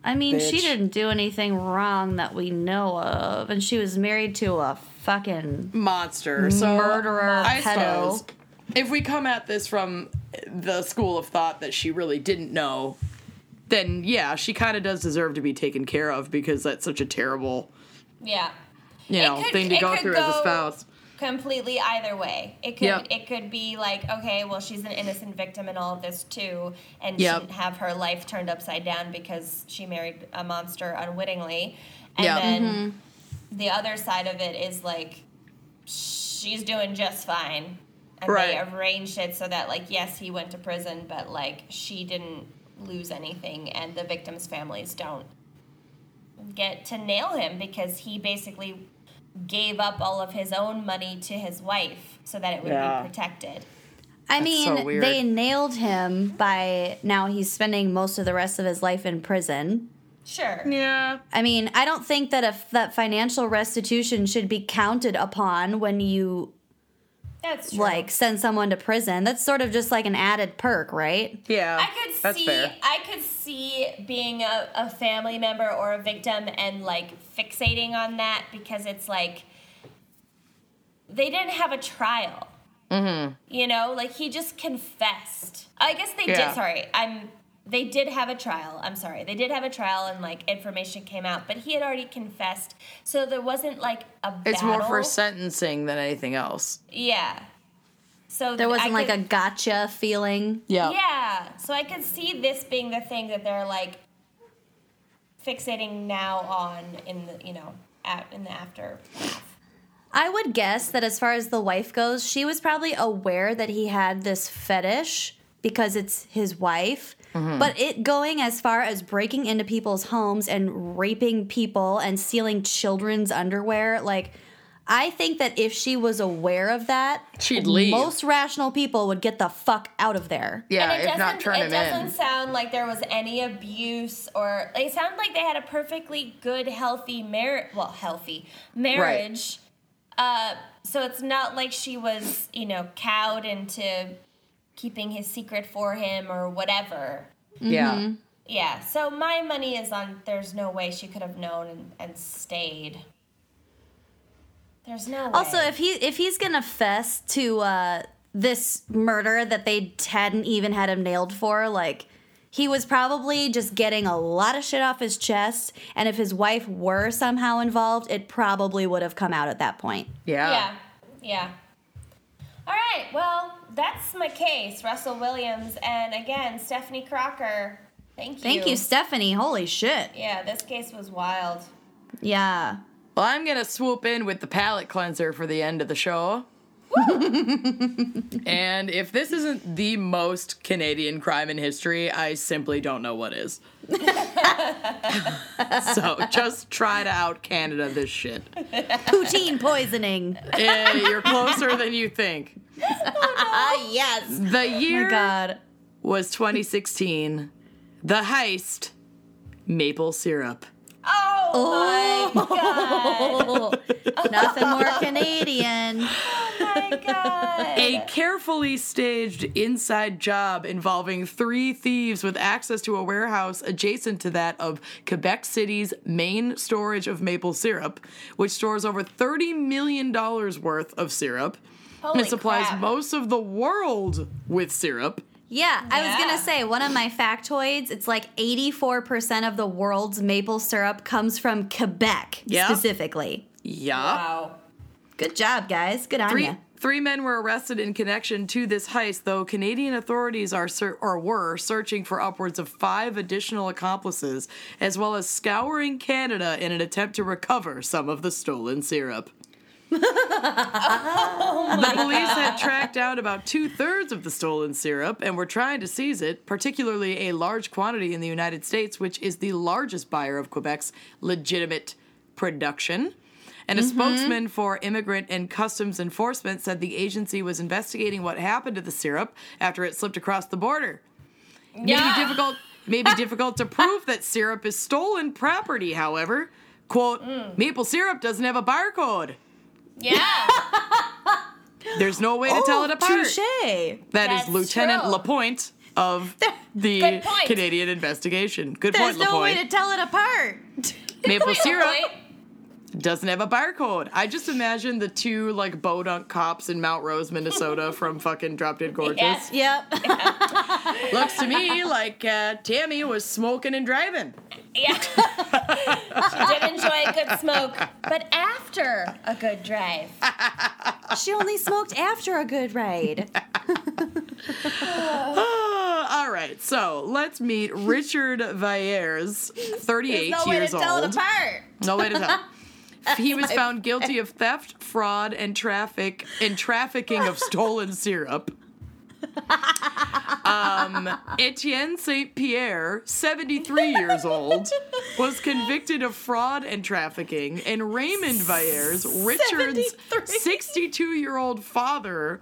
Speaker 4: I mean, she
Speaker 7: Bitch.
Speaker 4: didn't do anything wrong that we know of, and she was married to a fucking
Speaker 7: Monster. So
Speaker 4: Murderer,
Speaker 7: I
Speaker 4: pedo.
Speaker 7: suppose if we come at this from the school of thought that she really didn't know, then yeah, she kind of does deserve to be taken care of because that's such a terrible,
Speaker 2: Yeah.
Speaker 7: you
Speaker 2: It
Speaker 7: know,
Speaker 2: could-
Speaker 7: thing to
Speaker 2: it
Speaker 7: go
Speaker 2: could
Speaker 7: through as a
Speaker 2: go-
Speaker 7: spouse.
Speaker 2: Completely either way. It could
Speaker 7: Yep.
Speaker 2: it could be like, okay, well she's an innocent victim in all of this too and
Speaker 7: Yep.
Speaker 2: shouldn't have her life turned upside down because she married a monster unwittingly. And
Speaker 7: Yep. Mm-hmm.
Speaker 2: then the other side of it is like she's doing just fine. And they
Speaker 7: Right.
Speaker 2: arranged it so that like yes, he went to prison, but like she didn't lose anything and the victims' families don't get to nail him because he basically gave up all of his own money to his wife so that it would
Speaker 7: Yeah.
Speaker 2: be protected.
Speaker 4: I
Speaker 7: so
Speaker 4: mean,
Speaker 7: weird.
Speaker 4: they nailed him by now he's spending most of the rest of his life in prison.
Speaker 2: Sure.
Speaker 7: Yeah.
Speaker 4: I mean, I don't think that if that financial restitution should be counted upon when you
Speaker 2: That's true.
Speaker 4: like send someone to prison. That's sort of just like an added perk, right?
Speaker 7: Yeah.
Speaker 2: I could
Speaker 7: that's
Speaker 2: see
Speaker 7: fair.
Speaker 2: I could see being a, a family member or a victim and like fixating on that because it's like they didn't have a trial. Mm-hmm. You know, like he just confessed. I guess they
Speaker 7: Yeah.
Speaker 2: did sorry, I'm they did have a trial. I'm sorry. They did have a trial and like information came out, but he had already confessed. So there wasn't like a
Speaker 7: It's more for
Speaker 2: battle.
Speaker 7: sentencing than anything else.
Speaker 2: Yeah. So
Speaker 4: There wasn't
Speaker 2: I
Speaker 4: like
Speaker 2: could-
Speaker 4: a gotcha feeling.
Speaker 2: Yeah. So I could see this being the thing that they're like fixating now on in the you know out in the after.
Speaker 4: I would guess that as far as the wife goes, she was probably aware that he had this fetish because it's his wife.
Speaker 3: Mm-hmm.
Speaker 4: But it going as far as breaking into people's homes and raping people and stealing children's underwear, like I think that if she was aware of that,
Speaker 3: She'd leave.
Speaker 4: Most rational people would get the fuck out of there.
Speaker 3: yeah,
Speaker 2: and it
Speaker 3: if
Speaker 2: doesn't,
Speaker 3: not turn
Speaker 2: it
Speaker 3: him
Speaker 2: doesn't
Speaker 3: in.
Speaker 2: sound like there was any abuse or they sound like they had a perfectly good, healthy marriage. Well, healthy marriage. Uh, so it's not like she was, you know, cowed into keeping his secret for him or whatever. Mm-hmm.
Speaker 3: Yeah.
Speaker 2: Yeah. So my money is on. There's no way she could have known and, and stayed. There's no way.
Speaker 4: Also, if he if he's gonna fess to uh, this murder that they hadn't even had him nailed for, like he was probably just getting a lot of shit off his chest. And if his wife were somehow involved, it probably would have come out at that point.
Speaker 3: Yeah.
Speaker 2: Yeah. Yeah. All right. Well, that's my case, Russell Williams, and again, Stephanie Crocker. Thank you.
Speaker 4: Thank you, Stephanie. Holy shit.
Speaker 2: Yeah, this case was wild.
Speaker 4: Yeah.
Speaker 3: Well, I'm gonna swoop in with the palate cleanser for the end of the show. and if this isn't the most Canadian crime in history, I simply don't know what is. so just try to out Canada this shit.
Speaker 4: Poutine poisoning.
Speaker 3: Eh, you're closer than you think.
Speaker 4: Ah, yes.
Speaker 3: The year
Speaker 4: God.
Speaker 3: was 2016. The heist, maple syrup.
Speaker 2: Oh, my god!
Speaker 4: Nothing more Canadian.
Speaker 2: Oh my god!
Speaker 3: A carefully staged inside job involving three thieves with access to a warehouse adjacent to that of Quebec City's main storage of maple syrup, which stores over $30 million worth of syrup
Speaker 2: Holy
Speaker 3: and supplies
Speaker 2: crap.
Speaker 3: most of the world with syrup.
Speaker 4: Yeah, I was
Speaker 2: Yeah.
Speaker 4: gonna say one of my factoids. It's like eighty-four percent of the world's maple syrup comes from Quebec
Speaker 3: Yeah.
Speaker 4: specifically.
Speaker 3: Yeah.
Speaker 2: Wow.
Speaker 4: Good job, guys. Good on
Speaker 3: Three,
Speaker 4: you.
Speaker 3: three men were arrested in connection to this heist, though Canadian authorities are ser- or were searching for upwards of five additional accomplices, as well as scouring Canada in an attempt to recover some of the stolen syrup. the police had tracked down about two thirds of the stolen syrup and were trying to seize it, particularly a large quantity in the United States, which is the largest buyer of Quebec's legitimate production. And a
Speaker 2: Mm-hmm.
Speaker 3: spokesman for Immigrant and Customs Enforcement said the agency was investigating what happened to the syrup after it slipped across the border. May be difficult may be difficult to prove that syrup is stolen property, however. Quote,
Speaker 2: Mm.
Speaker 3: maple syrup doesn't have a barcode.
Speaker 2: Yeah.
Speaker 3: There's no way to tell it apart.
Speaker 4: Touche.
Speaker 3: That is
Speaker 2: Oh, That's
Speaker 3: Lieutenant
Speaker 2: true.
Speaker 3: Lapointe of the
Speaker 2: Good point.
Speaker 3: Canadian investigation. Good
Speaker 4: There's
Speaker 3: point,
Speaker 4: no
Speaker 3: Lapointe.
Speaker 4: way to tell it apart.
Speaker 3: Maple
Speaker 2: Wait,
Speaker 3: syrup
Speaker 2: wait.
Speaker 3: doesn't have a barcode. I just imagine the two like bodunk cops in Mount Rose, Minnesota from fucking Drop Dead Gorgeous.
Speaker 2: Yeah.
Speaker 4: Yep.
Speaker 3: Looks to me like uh, Tammy was smoking and driving.
Speaker 2: Yeah. she did enjoy a good smoke, but after a good drive.
Speaker 4: she only smoked after a good ride.
Speaker 3: Ah, all right, so let's meet Richard Viers, 38
Speaker 4: no way to
Speaker 3: years
Speaker 4: tell
Speaker 3: old.
Speaker 4: it apart.
Speaker 3: No way to tell. he was found guilty of theft, fraud, and traffic and trafficking of stolen syrup. Um, Etienne Saint Pierre, 73 years old, was convicted of fraud and trafficking, and Raymond Viers, Richard's 62 year old father,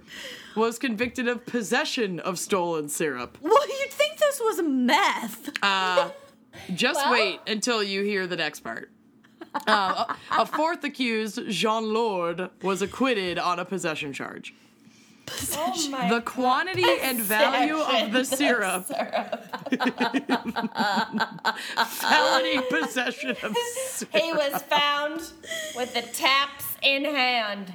Speaker 3: was convicted of possession of stolen syrup.
Speaker 4: Well, you'd think this was meth.
Speaker 3: Just
Speaker 2: Well-
Speaker 3: wait until you hear the next part. Uh, a a fourth accused, Jean Lord, was acquitted on a possession charge.
Speaker 2: Oh my
Speaker 3: The quantity and value of the syrup. Felony possession of syrup.
Speaker 2: He was found with the taps in hand.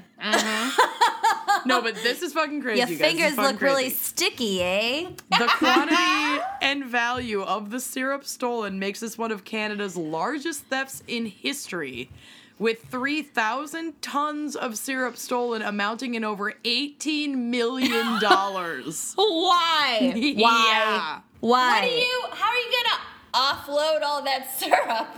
Speaker 3: No, but this is fucking crazy.
Speaker 4: Your
Speaker 3: guys. This is
Speaker 4: fingers
Speaker 3: fucking
Speaker 4: look really
Speaker 3: crazy.
Speaker 4: sticky, eh?
Speaker 3: The quantity and value of the syrup stolen makes this one of Canada's largest thefts in history, with 3,000 tons of syrup stolen, amounting in over $18 million.
Speaker 4: Why?
Speaker 3: Yeah.
Speaker 4: Why?
Speaker 2: How do you? How are you gonna offload all that syrup?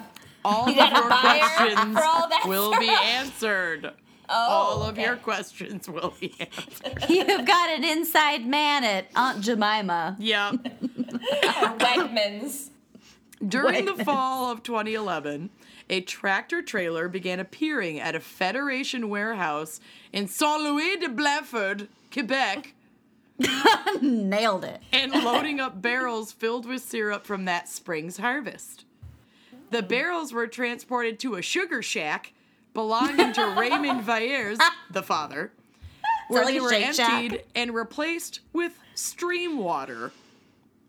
Speaker 3: All of
Speaker 2: gotta
Speaker 3: your
Speaker 2: buy her
Speaker 3: questions
Speaker 2: for all that
Speaker 3: will be
Speaker 2: syrup.
Speaker 3: answered.
Speaker 2: Oh,
Speaker 3: all of
Speaker 2: okay.
Speaker 3: your questions will be answered.
Speaker 4: You've got an inside man at Aunt Jemima.
Speaker 3: Yep.
Speaker 2: Wegmans.
Speaker 3: During the fall of 2011, a tractor trailer began appearing at a Federation warehouse in Saint Louis de Blatford, Quebec,
Speaker 4: Nailed it.
Speaker 3: and loading up barrels filled with syrup from that spring's harvest. The barrels were transported to a sugar shack belonging to Raymond Valliers, the father, where
Speaker 4: like
Speaker 3: they
Speaker 4: a
Speaker 3: were
Speaker 4: Shake Shack?
Speaker 3: emptied and replaced with stream water.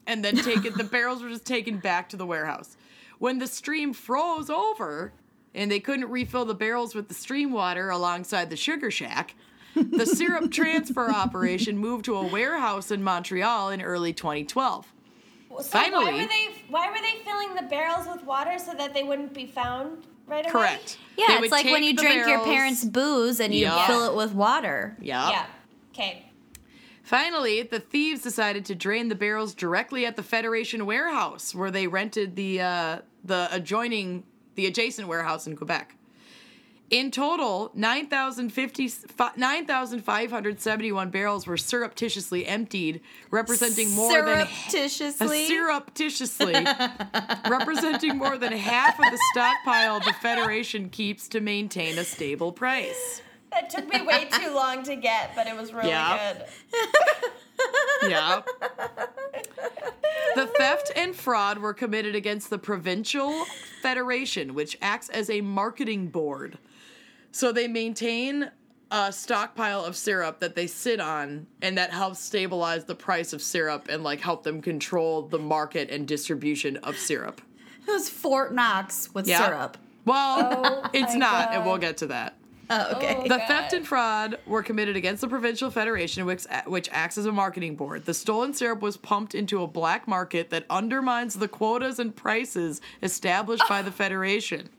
Speaker 3: And then taken the barrels were just taken back to the warehouse. When the stream froze over and they couldn't refill the barrels with the stream water alongside the sugar shack, the syrup transfer operation moved to a warehouse in Montreal in early 2012.
Speaker 2: So
Speaker 3: Finally.
Speaker 2: why were they why were they filling the barrels with water so that they wouldn't be found right away?
Speaker 3: Correct. They
Speaker 4: Yeah,
Speaker 3: would
Speaker 4: it's like when
Speaker 3: take
Speaker 4: you
Speaker 3: the
Speaker 4: drink your
Speaker 3: barrels-
Speaker 4: parents' booze and you
Speaker 3: Yeah.
Speaker 4: fill it with water.
Speaker 3: Yeah.
Speaker 2: Yeah. Okay.
Speaker 3: Finally, the thieves decided to drain the barrels directly at the Federation warehouse, where they rented the uh, the adjoining the adjacent warehouse in Quebec. In total, 9,050 fi- 9,571 barrels were surreptitiously emptied, representing more than
Speaker 4: Surreptitiously.
Speaker 3: surreptitiously representing more than half of the stockpile the Federation keeps to maintain a stable price.
Speaker 2: That took me way too long to get, but it was really
Speaker 3: Yeah.
Speaker 2: good.
Speaker 3: Yeah. The theft and fraud were committed against the provincial federation, which acts as a marketing board. So they maintain a stockpile of syrup that they sit on, and that helps stabilize the price of syrup and like help them control the market and distribution of syrup.
Speaker 4: It was Fort Knox with
Speaker 3: Yeah.
Speaker 4: syrup.
Speaker 3: Well,
Speaker 2: Oh
Speaker 3: it's
Speaker 2: my
Speaker 3: not, and
Speaker 2: God.
Speaker 3: we'll get to that.
Speaker 4: Oh, okay.
Speaker 2: Oh,
Speaker 3: The
Speaker 2: God.
Speaker 3: theft and fraud were committed against the provincial federation, which, which acts as a marketing board. The stolen syrup was pumped into a black market that undermines the quotas and prices established by the federation.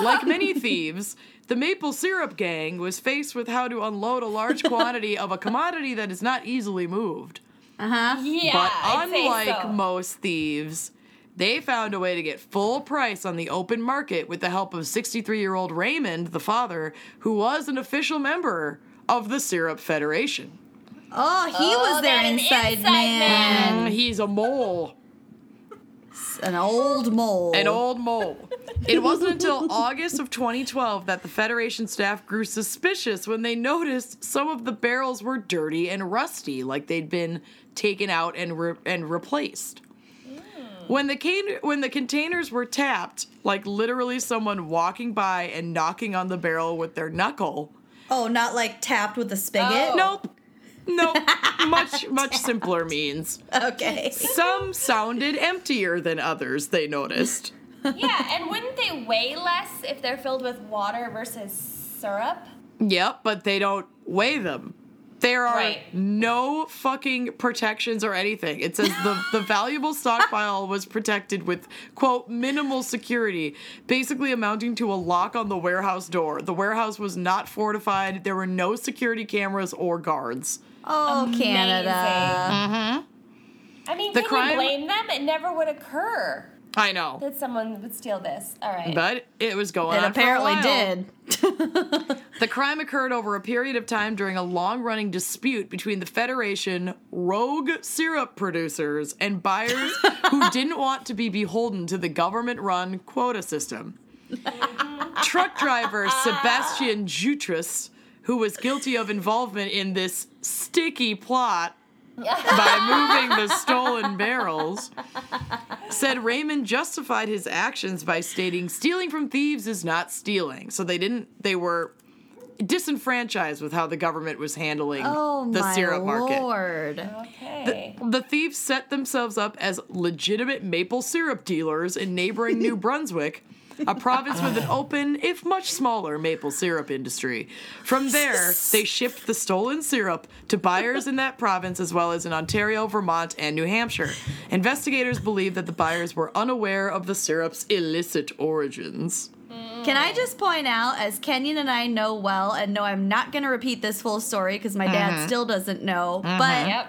Speaker 3: Like many thieves, the maple syrup gang was faced with how to unload a large quantity of a commodity that is not easily moved.
Speaker 2: Yeah.
Speaker 3: But
Speaker 2: I'd say
Speaker 3: unlike
Speaker 2: so.
Speaker 3: most thieves, they found a way to get full price on the open market with the help of 63 year old Raymond, the father, who was an official member of the Syrup Federation.
Speaker 4: Oh, he was their
Speaker 2: that is
Speaker 4: inside,
Speaker 2: inside
Speaker 4: man.
Speaker 3: Mm, He's a mole,
Speaker 4: An old mole.
Speaker 3: an old mole. It wasn't until August of 2012 that the Federation staff grew suspicious when they noticed some of the barrels were dirty and rusty, like they'd been taken out and, re- and replaced. Hmm. When the can- when the containers were tapped, like literally someone walking by and knocking on the barrel with their knuckle.
Speaker 5: Oh, not like tapped with a spigot?
Speaker 2: Oh.
Speaker 3: Nope. Nope. much much simpler means.
Speaker 5: Okay.
Speaker 3: Some sounded emptier than others, they noticed.
Speaker 2: yeah, and wouldn't they weigh less if they're filled with water versus syrup?
Speaker 3: Yep, but they don't weigh them. There are
Speaker 2: Right.
Speaker 3: no fucking protections or anything. It says the, the valuable stockpile was protected with, quote, minimal security, basically amounting to a lock on the warehouse door. The warehouse was not fortified, there were no security cameras or guards.
Speaker 4: Oh, Canada.
Speaker 2: Mm-hmm. I mean,
Speaker 3: The
Speaker 2: can
Speaker 3: crime-
Speaker 2: you blame them? It never would occur
Speaker 3: I know.
Speaker 2: that someone would steal this. All right.
Speaker 3: But it was going
Speaker 4: It
Speaker 3: on. for a
Speaker 4: apparently
Speaker 3: while.
Speaker 4: did.
Speaker 3: The crime occurred over a period of time during a long running dispute between the Federation, rogue syrup producers, and buyers who didn't want to be beholden to the government run quota system. Truck driver Sebastian Jutras, who was guilty of involvement in this sticky plot by moving the stolen barrels, said Raymond justified his actions by stating stealing from thieves is not stealing. So they didn't, they were disenfranchised with how the government was handling
Speaker 4: Oh,
Speaker 3: the
Speaker 4: my
Speaker 3: syrup market.
Speaker 4: lord.
Speaker 2: okay.
Speaker 3: The thieves set themselves up as legitimate maple syrup dealers in neighboring New Brunswick. A province with an open, if much smaller, maple syrup industry. From there, they shipped the stolen syrup to buyers in that province as well as in Ontario, Vermont, and New Hampshire. Investigators believe that the buyers were unaware of the syrup's illicit origins.
Speaker 4: Can I just point out, as Kenyon and I know well, and no, I'm not going to repeat this full story because my
Speaker 3: Mm-hmm.
Speaker 4: dad still doesn't know, but
Speaker 2: Yep.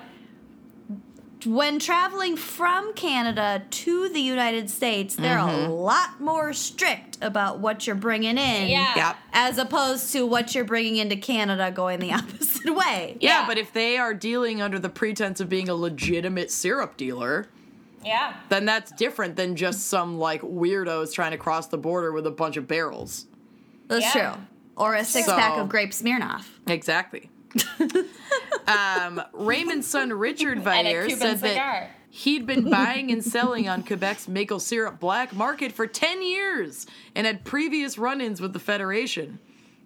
Speaker 4: when traveling from Canada to the United States, they're
Speaker 3: Mm-hmm.
Speaker 4: a lot more strict about what you're bringing in.
Speaker 2: Yeah.
Speaker 3: Yep.
Speaker 4: As opposed to what you're bringing into Canada going the opposite way.
Speaker 3: Yeah,
Speaker 2: Yeah.
Speaker 3: but if they are dealing under the pretense of being a legitimate syrup dealer,
Speaker 2: Yeah.
Speaker 3: then that's different than just some like weirdos trying to cross the border with a bunch of barrels.
Speaker 8: That's
Speaker 2: Yeah.
Speaker 8: true. Or a six pack
Speaker 3: So-
Speaker 8: of grape Smirnoff.
Speaker 3: Exactly. um, Raymond's son Richard
Speaker 2: And a
Speaker 3: Valier
Speaker 2: Cuban
Speaker 3: said that
Speaker 2: cigar.
Speaker 3: he'd been buying and selling on Quebec's maple syrup black market for 10 years and had previous run ins with the Federation.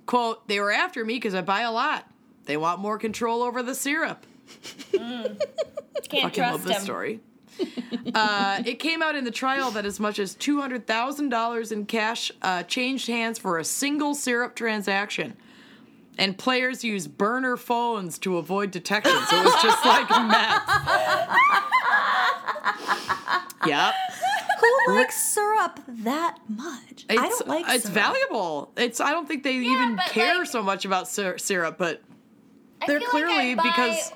Speaker 3: Quote, they were after me because I buy a lot. They want more control over the syrup.
Speaker 2: Can't
Speaker 3: fucking
Speaker 2: trust
Speaker 3: love this
Speaker 2: him.
Speaker 3: story. uh, it came out in the trial that as much as two hundred thousand dollars in cash uh, changed hands for a single syrup transaction, and players used burner phones to avoid detection. So it was just like meth. yep,
Speaker 8: Who likes syrup that much? I
Speaker 3: It's-
Speaker 8: don't like
Speaker 3: it's
Speaker 8: syrup.
Speaker 3: valuable. It's I don't think they even
Speaker 2: but,
Speaker 3: care
Speaker 2: like-
Speaker 3: so much about syr- syrup, but
Speaker 2: I
Speaker 3: They're
Speaker 2: feel like
Speaker 3: clearly
Speaker 2: I buy
Speaker 3: because-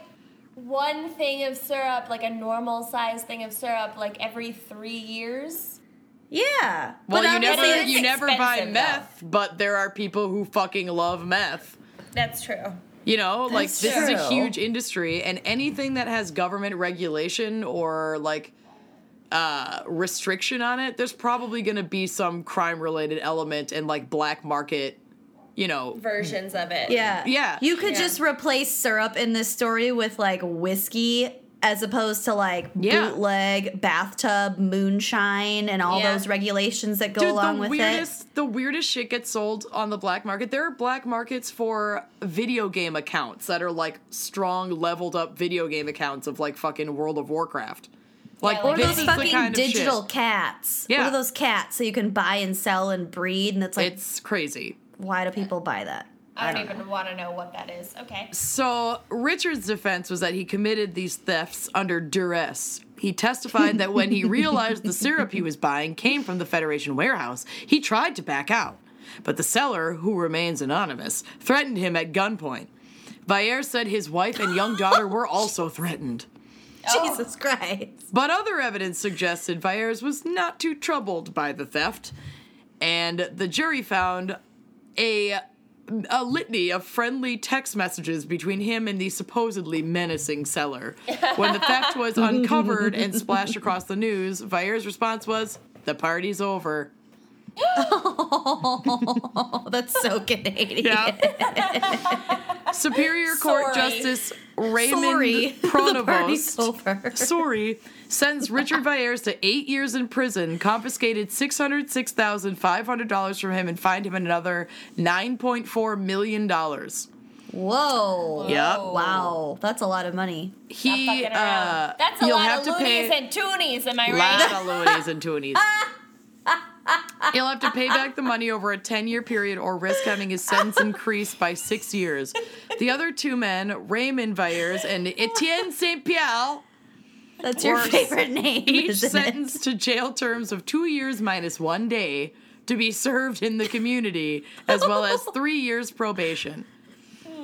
Speaker 2: one thing of syrup, like a normal size thing of syrup, like every three years.
Speaker 4: Yeah.
Speaker 3: well,
Speaker 8: But
Speaker 3: you
Speaker 8: obviously
Speaker 3: never
Speaker 8: it's
Speaker 3: you never buy
Speaker 2: expensive, though.
Speaker 3: meth, but there are people who fucking love meth.
Speaker 2: That's true.
Speaker 3: You know, like
Speaker 4: That's
Speaker 3: this is a
Speaker 4: true.
Speaker 3: huge industry, and anything that has government regulation or like uh, restriction on it, there's probably going to be some crime related element and like black market, you know.
Speaker 2: Versions of it.
Speaker 4: Yeah.
Speaker 3: Yeah.
Speaker 4: You could
Speaker 2: Yeah.
Speaker 4: just replace syrup in this story with like whiskey as opposed to like
Speaker 3: Yeah.
Speaker 4: bootleg, bathtub, moonshine, and all
Speaker 2: Yeah.
Speaker 4: those regulations that go along
Speaker 3: the
Speaker 4: with
Speaker 3: weirdest, the weirdest shit gets sold on the black market. There are black markets for video game accounts that are like strong, leveled up video game accounts of like fucking World of Warcraft. Like,
Speaker 2: like
Speaker 4: it.
Speaker 3: this
Speaker 4: Or those
Speaker 3: is
Speaker 4: fucking
Speaker 3: the kind of shit-
Speaker 4: digital cats.
Speaker 3: Yeah.
Speaker 4: What are those cats that you can buy and sell and breed? And it's like,
Speaker 3: It's crazy.
Speaker 4: why do people buy that?
Speaker 2: I don't, even want to know what that is. Okay.
Speaker 3: So Richard's defense was that he committed these thefts under duress. He testified that when he realized the syrup he was buying came from the Federation warehouse, he tried to back out. But the seller, who remains anonymous, threatened him at gunpoint. Valier said his wife and young daughter were also threatened.
Speaker 4: Jesus Christ.
Speaker 3: But other evidence suggested Viers was not too troubled by the theft, and the jury found a a litany of friendly text messages between him and the supposedly menacing seller. When the theft was uncovered and splashed across the news, Viers' response was, "The party's over."
Speaker 4: Oh, that's so Canadian.
Speaker 3: Yeah. Superior
Speaker 2: Sorry.
Speaker 3: Court Justice Raymond
Speaker 4: Sorry. the party's
Speaker 3: Pronovost.
Speaker 4: over.
Speaker 3: Sorry, sends Richard Viers to eight years in prison, confiscated six hundred six thousand five hundred dollars from him, and fined him another nine point four million dollars.
Speaker 4: Whoa.
Speaker 3: Yep.
Speaker 4: Wow. That's a lot of money.
Speaker 3: He
Speaker 2: Oh, Fucking around.
Speaker 3: uh,
Speaker 2: That's a
Speaker 3: you'll
Speaker 2: lot
Speaker 3: have
Speaker 2: of
Speaker 3: to
Speaker 2: loonies
Speaker 3: pay
Speaker 2: and toonies, am I
Speaker 3: lot
Speaker 2: right?
Speaker 3: of loonies and toonies. He'll have to pay back the money over a 10 year period or risk having his sentence increased by six years. The other two men, Raymond Viers and Etienne St. Pierre,
Speaker 4: That's your
Speaker 3: Or
Speaker 4: favorite name.
Speaker 3: each
Speaker 4: isn't it?
Speaker 3: sentenced to jail terms of two years minus one day to be served in the community, as well as three years probation.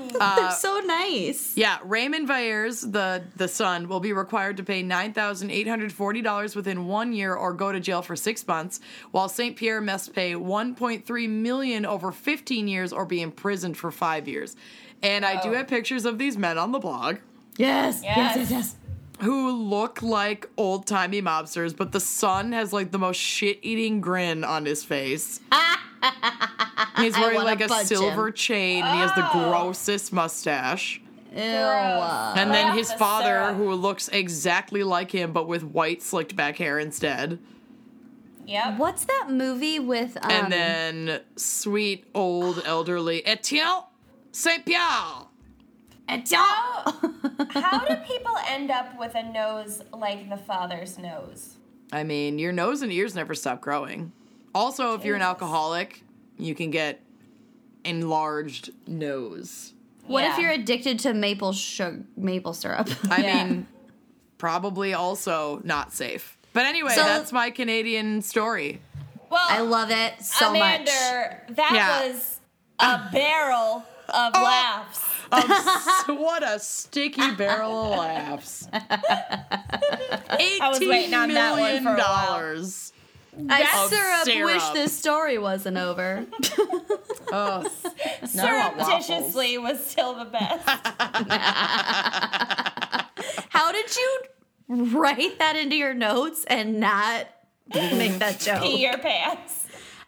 Speaker 4: They're so nice.
Speaker 3: Yeah, Raymond Viers, the the son, will be required to pay nine thousand eight hundred forty dollars within one year or go to jail for six months, while Saint Pierre must pay one point three million over fifteen years or be imprisoned for five years. And I do have pictures of these men on the blog.
Speaker 4: Yes.
Speaker 2: Yes.
Speaker 4: yes.
Speaker 3: who look like old timey mobsters, but the son has like the most shit eating grin on his face. He's wearing
Speaker 4: wanna
Speaker 3: like a
Speaker 4: punch
Speaker 3: silver
Speaker 4: him.
Speaker 3: chain and he has the grossest mustache.
Speaker 4: Ew.
Speaker 3: And then
Speaker 2: Love
Speaker 3: his
Speaker 2: the
Speaker 3: father,
Speaker 2: syrup.
Speaker 3: who looks exactly like him but with white slicked back hair instead.
Speaker 2: yep.
Speaker 8: What's that movie with um
Speaker 3: And then sweet old elderly Etienne Saint Pierre.
Speaker 2: How, how do people end up with a nose like the father's nose?
Speaker 3: I mean, your nose and ears never stop growing. Also, if you're an alcoholic, you can get enlarged nose.
Speaker 8: what if
Speaker 2: Yeah.
Speaker 8: you're addicted to maple sugar maple syrup?
Speaker 3: I
Speaker 2: Yeah.
Speaker 3: mean, probably also not safe. But anyway,
Speaker 8: So-
Speaker 3: that's my Canadian story.
Speaker 2: Well,
Speaker 8: I love it so much.
Speaker 2: Amanda, that
Speaker 3: Yeah.
Speaker 2: was a barrel of laughs.
Speaker 3: Of s-
Speaker 2: Oh,
Speaker 3: what a sticky barrel of laughs.
Speaker 2: was waiting on that one for a while.
Speaker 3: dollars.
Speaker 4: I
Speaker 3: Of
Speaker 4: syrup,
Speaker 3: syrup.
Speaker 4: wish this story wasn't over.
Speaker 3: Oh, now I want waffles.
Speaker 2: Surreptitiously was still the best.
Speaker 4: How did you write that into your notes and not make that joke.
Speaker 2: Pee your pants.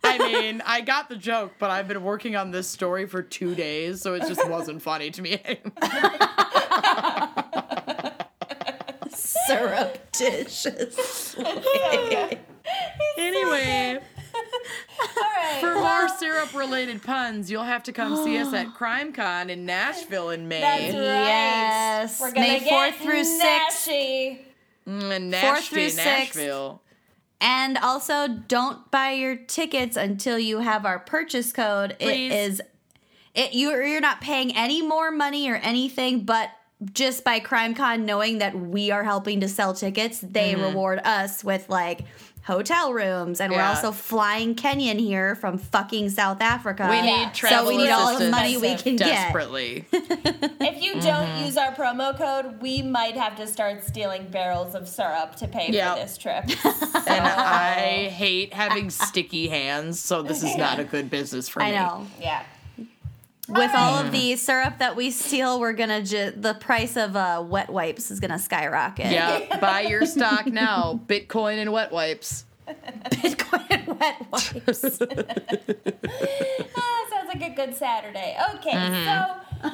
Speaker 3: I mean, I got the joke, but I've been working on this story for two days, so it just wasn't funny to me anymore.
Speaker 4: Surreptitious.
Speaker 3: Anyway, for more syrup related puns, you'll have to come see us at CrimeCon in Nashville in May.
Speaker 2: That's right.
Speaker 4: Yes.
Speaker 2: We're gonna
Speaker 4: May
Speaker 2: get
Speaker 4: 4th through 6th.
Speaker 2: nashy.
Speaker 3: Mm, in
Speaker 4: Fourth through
Speaker 3: Nashville,
Speaker 4: sixth.
Speaker 3: Nashville.
Speaker 4: And also, don't buy your tickets until you have our purchase code.
Speaker 3: Please.
Speaker 4: It is, it you're you're not paying any more money or anything, but just by CrimeCon knowing that we are helping to sell tickets, they
Speaker 3: Mm-hmm.
Speaker 4: reward us with like hotel rooms, and we're
Speaker 3: Yeah.
Speaker 4: also flying Kenyan here from fucking South Africa.
Speaker 3: We
Speaker 2: Yeah.
Speaker 3: need travel
Speaker 4: so we need all the
Speaker 3: assistance
Speaker 4: money we can get.
Speaker 3: desperately.
Speaker 2: If you don't use our promo code, we might have to start stealing barrels of syrup to pay
Speaker 3: Yep.
Speaker 2: for this trip.
Speaker 3: and I hate having sticky hands, so this is not a good business for
Speaker 4: I
Speaker 3: me.
Speaker 4: know.
Speaker 2: yeah.
Speaker 4: With all
Speaker 3: Mm.
Speaker 4: of the syrup that we steal, we're gonna ju- the price of uh, wet wipes is gonna skyrocket.
Speaker 3: Yeah, buy your stock now. Bitcoin and wet wipes.
Speaker 4: Bitcoin and wet wipes.
Speaker 2: Ah, sounds like a good Saturday. Okay,
Speaker 4: Mm-hmm.
Speaker 2: so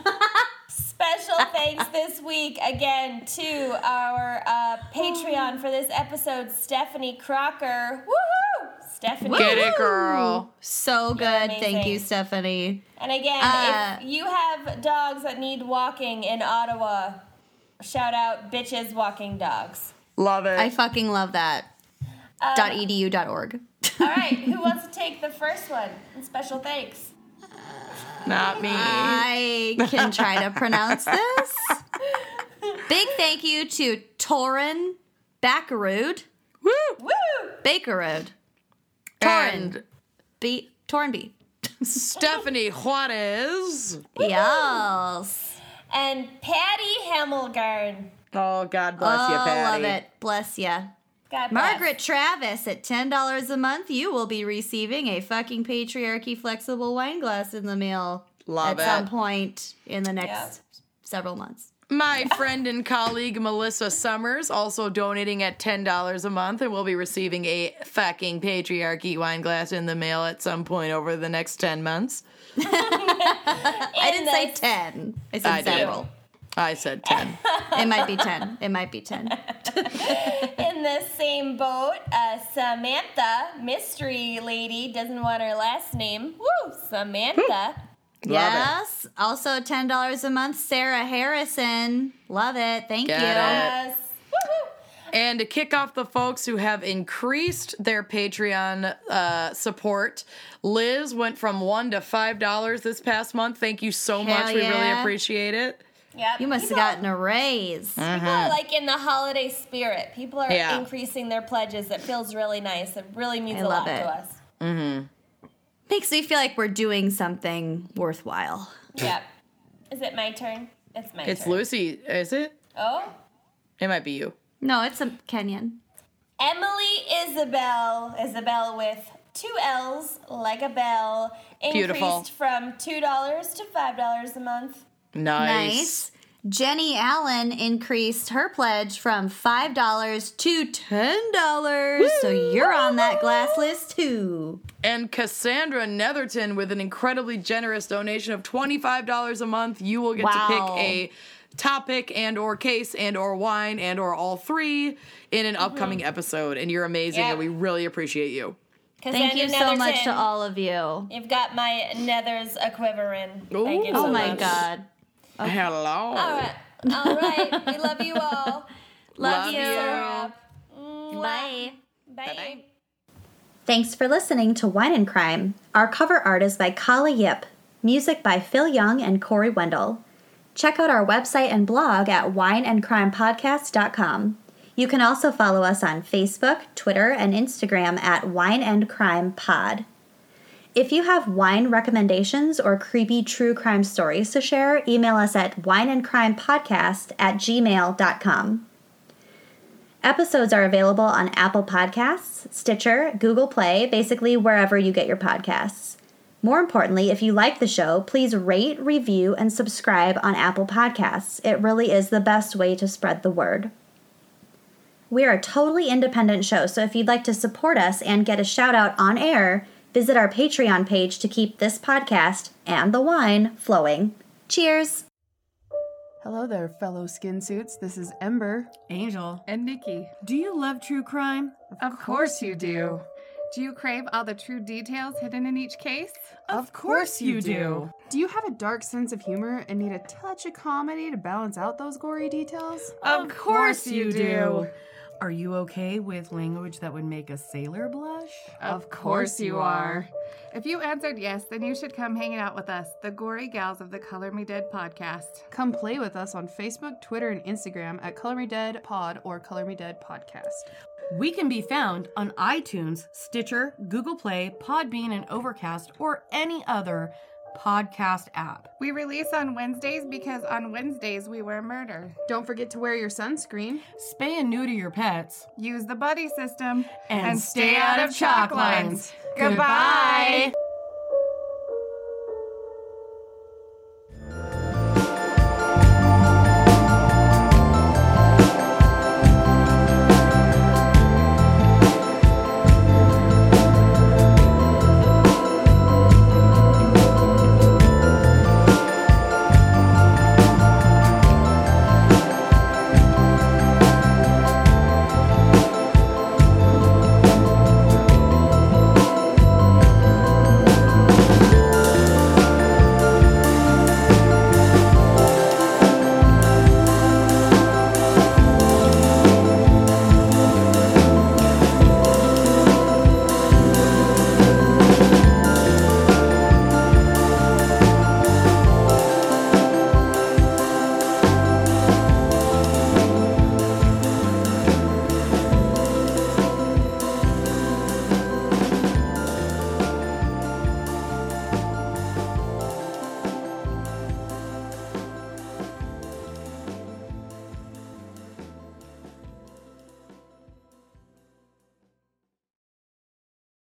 Speaker 2: special thanks this week again to our uh, Patreon for this episode, Stephanie Crocker. Woohoo! Stephanie.
Speaker 3: Get it, girl.
Speaker 4: so good. Thank you,
Speaker 2: amazing.
Speaker 4: Stephanie.
Speaker 2: And again,
Speaker 4: Uh,
Speaker 2: if you have dogs that need walking in Ottawa, shout out bitches walking dogs.
Speaker 3: Love it.
Speaker 4: I fucking love that. dot .edu.org. dot org.
Speaker 2: All right, who wants to take the first one? And special thanks.
Speaker 3: Not me.
Speaker 4: I can try to pronounce this. Big thank you to Torin Bakerud.
Speaker 2: Woo!
Speaker 4: Bakerud.
Speaker 3: and
Speaker 4: B. Torin B.
Speaker 3: Stephanie Juarez.
Speaker 4: Yes.
Speaker 2: And Patty Hemmelgarn.
Speaker 3: Oh, God
Speaker 4: Oh,
Speaker 3: bless you, Patty.
Speaker 4: love it. Bless ya.
Speaker 2: God bless.
Speaker 4: Margaret Travis, at $10 a month, you will be receiving a fucking patriarchy flexible wine glass in the mail
Speaker 3: Love
Speaker 4: at
Speaker 3: it.
Speaker 4: some point in the next several months.
Speaker 3: My friend and colleague Melissa Summers also donating at $10 a month and will be receiving a fucking patriarchy wine glass in the mail at some point over the next 10 months.
Speaker 4: I didn't say
Speaker 2: this-
Speaker 4: 10. I said
Speaker 3: I did.
Speaker 4: several.
Speaker 3: I said 10.
Speaker 4: It might be 10. It might be 10.
Speaker 2: In the same boat, uh, Samantha, mystery lady, doesn't want her last name. Woo! Samantha.
Speaker 3: Hmm.
Speaker 4: yes. Also $10 a month, Sarah Harrison. Love it. Thank
Speaker 3: Get
Speaker 4: you.
Speaker 3: it.
Speaker 2: Yes. Woo-hoo.
Speaker 3: And to kick off the folks who have increased their Patreon uh, support, Liz went from one to five dollars this past month. Thank you so much. We really
Speaker 4: yeah.
Speaker 3: appreciate it.
Speaker 2: Yep.
Speaker 4: You must have
Speaker 2: people-
Speaker 4: gotten a raise.
Speaker 2: People are like in the holiday spirit. People are
Speaker 3: Uh-huh. Yeah.
Speaker 2: increasing their pledges. It feels really nice. It really means
Speaker 4: I
Speaker 2: a
Speaker 4: love
Speaker 2: lot
Speaker 4: it.
Speaker 2: to us.
Speaker 4: Makes me feel like we're doing something worthwhile.
Speaker 2: Yep. Is it my turn? It's my
Speaker 3: It's
Speaker 2: turn.
Speaker 3: Lucy, is it?
Speaker 2: Oh.
Speaker 3: It might be you.
Speaker 4: No, it's a Kenyan.
Speaker 2: Emily Isabel, Isabel with two L's like a bell, increased
Speaker 3: Beautiful.
Speaker 2: from two dollars to five dollars a month.
Speaker 3: Nice.
Speaker 4: Nice. Jenny Allen increased her pledge from five dollars to ten dollars. So you're on that glass list too.
Speaker 3: And Cassandra Netherton with an incredibly generous donation of $25 a month. You will get to
Speaker 4: Wow.
Speaker 3: pick a topic and or case and or wine and or all three in an upcoming episode. And you're amazing
Speaker 2: Mm-hmm. Yeah.
Speaker 3: and we really appreciate you.
Speaker 4: Thank
Speaker 2: Cassandra
Speaker 4: you so much to
Speaker 2: Netherton,
Speaker 4: all of you.
Speaker 2: You've got my nethers a quivering. Thank you
Speaker 3: Ooh.
Speaker 2: so
Speaker 4: Oh my
Speaker 2: much.
Speaker 4: god.
Speaker 3: Hello.
Speaker 2: All right, all right. we love you all. Love, you. Sarah. Mwah.
Speaker 4: Bye.
Speaker 2: Bye.
Speaker 4: Thanks for listening to Wine and Crime. Our cover art is by Kala Yip, music by Phil Young and Corey Wendell. Check out our website and blog at wineandcrimepodcast.com. You can also follow us on Facebook, Twitter, and Instagram at Wine and Crime Pod. If you have wine recommendations or creepy true crime stories to share, email us at wineandcrimepodcast at gmail.com. Episodes are available on Apple Podcasts, Stitcher, Google Play, basically wherever you get your podcasts. More importantly, if you like the show, please rate, review, and subscribe on Apple Podcasts. It really is the best way to spread the word. We are a totally independent show, so if you'd like to support us and get a shout out on air, visit our Patreon page to keep this podcast and the wine flowing. Cheers!
Speaker 9: Hello there, fellow skin suits. This is Ember.
Speaker 10: Angel,
Speaker 11: And Nikki,
Speaker 10: do you love true crime?
Speaker 11: of, course you do. Do you crave all the true details hidden in each case?
Speaker 10: Of course you do.
Speaker 9: Do you have a dark sense of humor and need a touch of comedy to balance out those gory details?
Speaker 10: Of course you do. Are you okay with language that would make a sailor blush?
Speaker 11: Of course you are. If you answered yes, then you should come hanging out with us, the Gory Gals of the Color Me Dead podcast.
Speaker 9: Come play with us on Facebook, Twitter, and Instagram at Color Me Dead Pod or Color Me Dead Podcast.
Speaker 10: We can be found on iTunes, Stitcher, Google Play, Podbean, and Overcast, or any other podcast app.
Speaker 11: We release on Wednesdays because on Wednesdays we wear murder.
Speaker 9: Don't forget to wear your sunscreen.
Speaker 10: Spay and neuter your pets.
Speaker 11: Use the buddy system
Speaker 10: And, stay, out of chalk lines.
Speaker 11: Goodbye.
Speaker 10: Goodbye.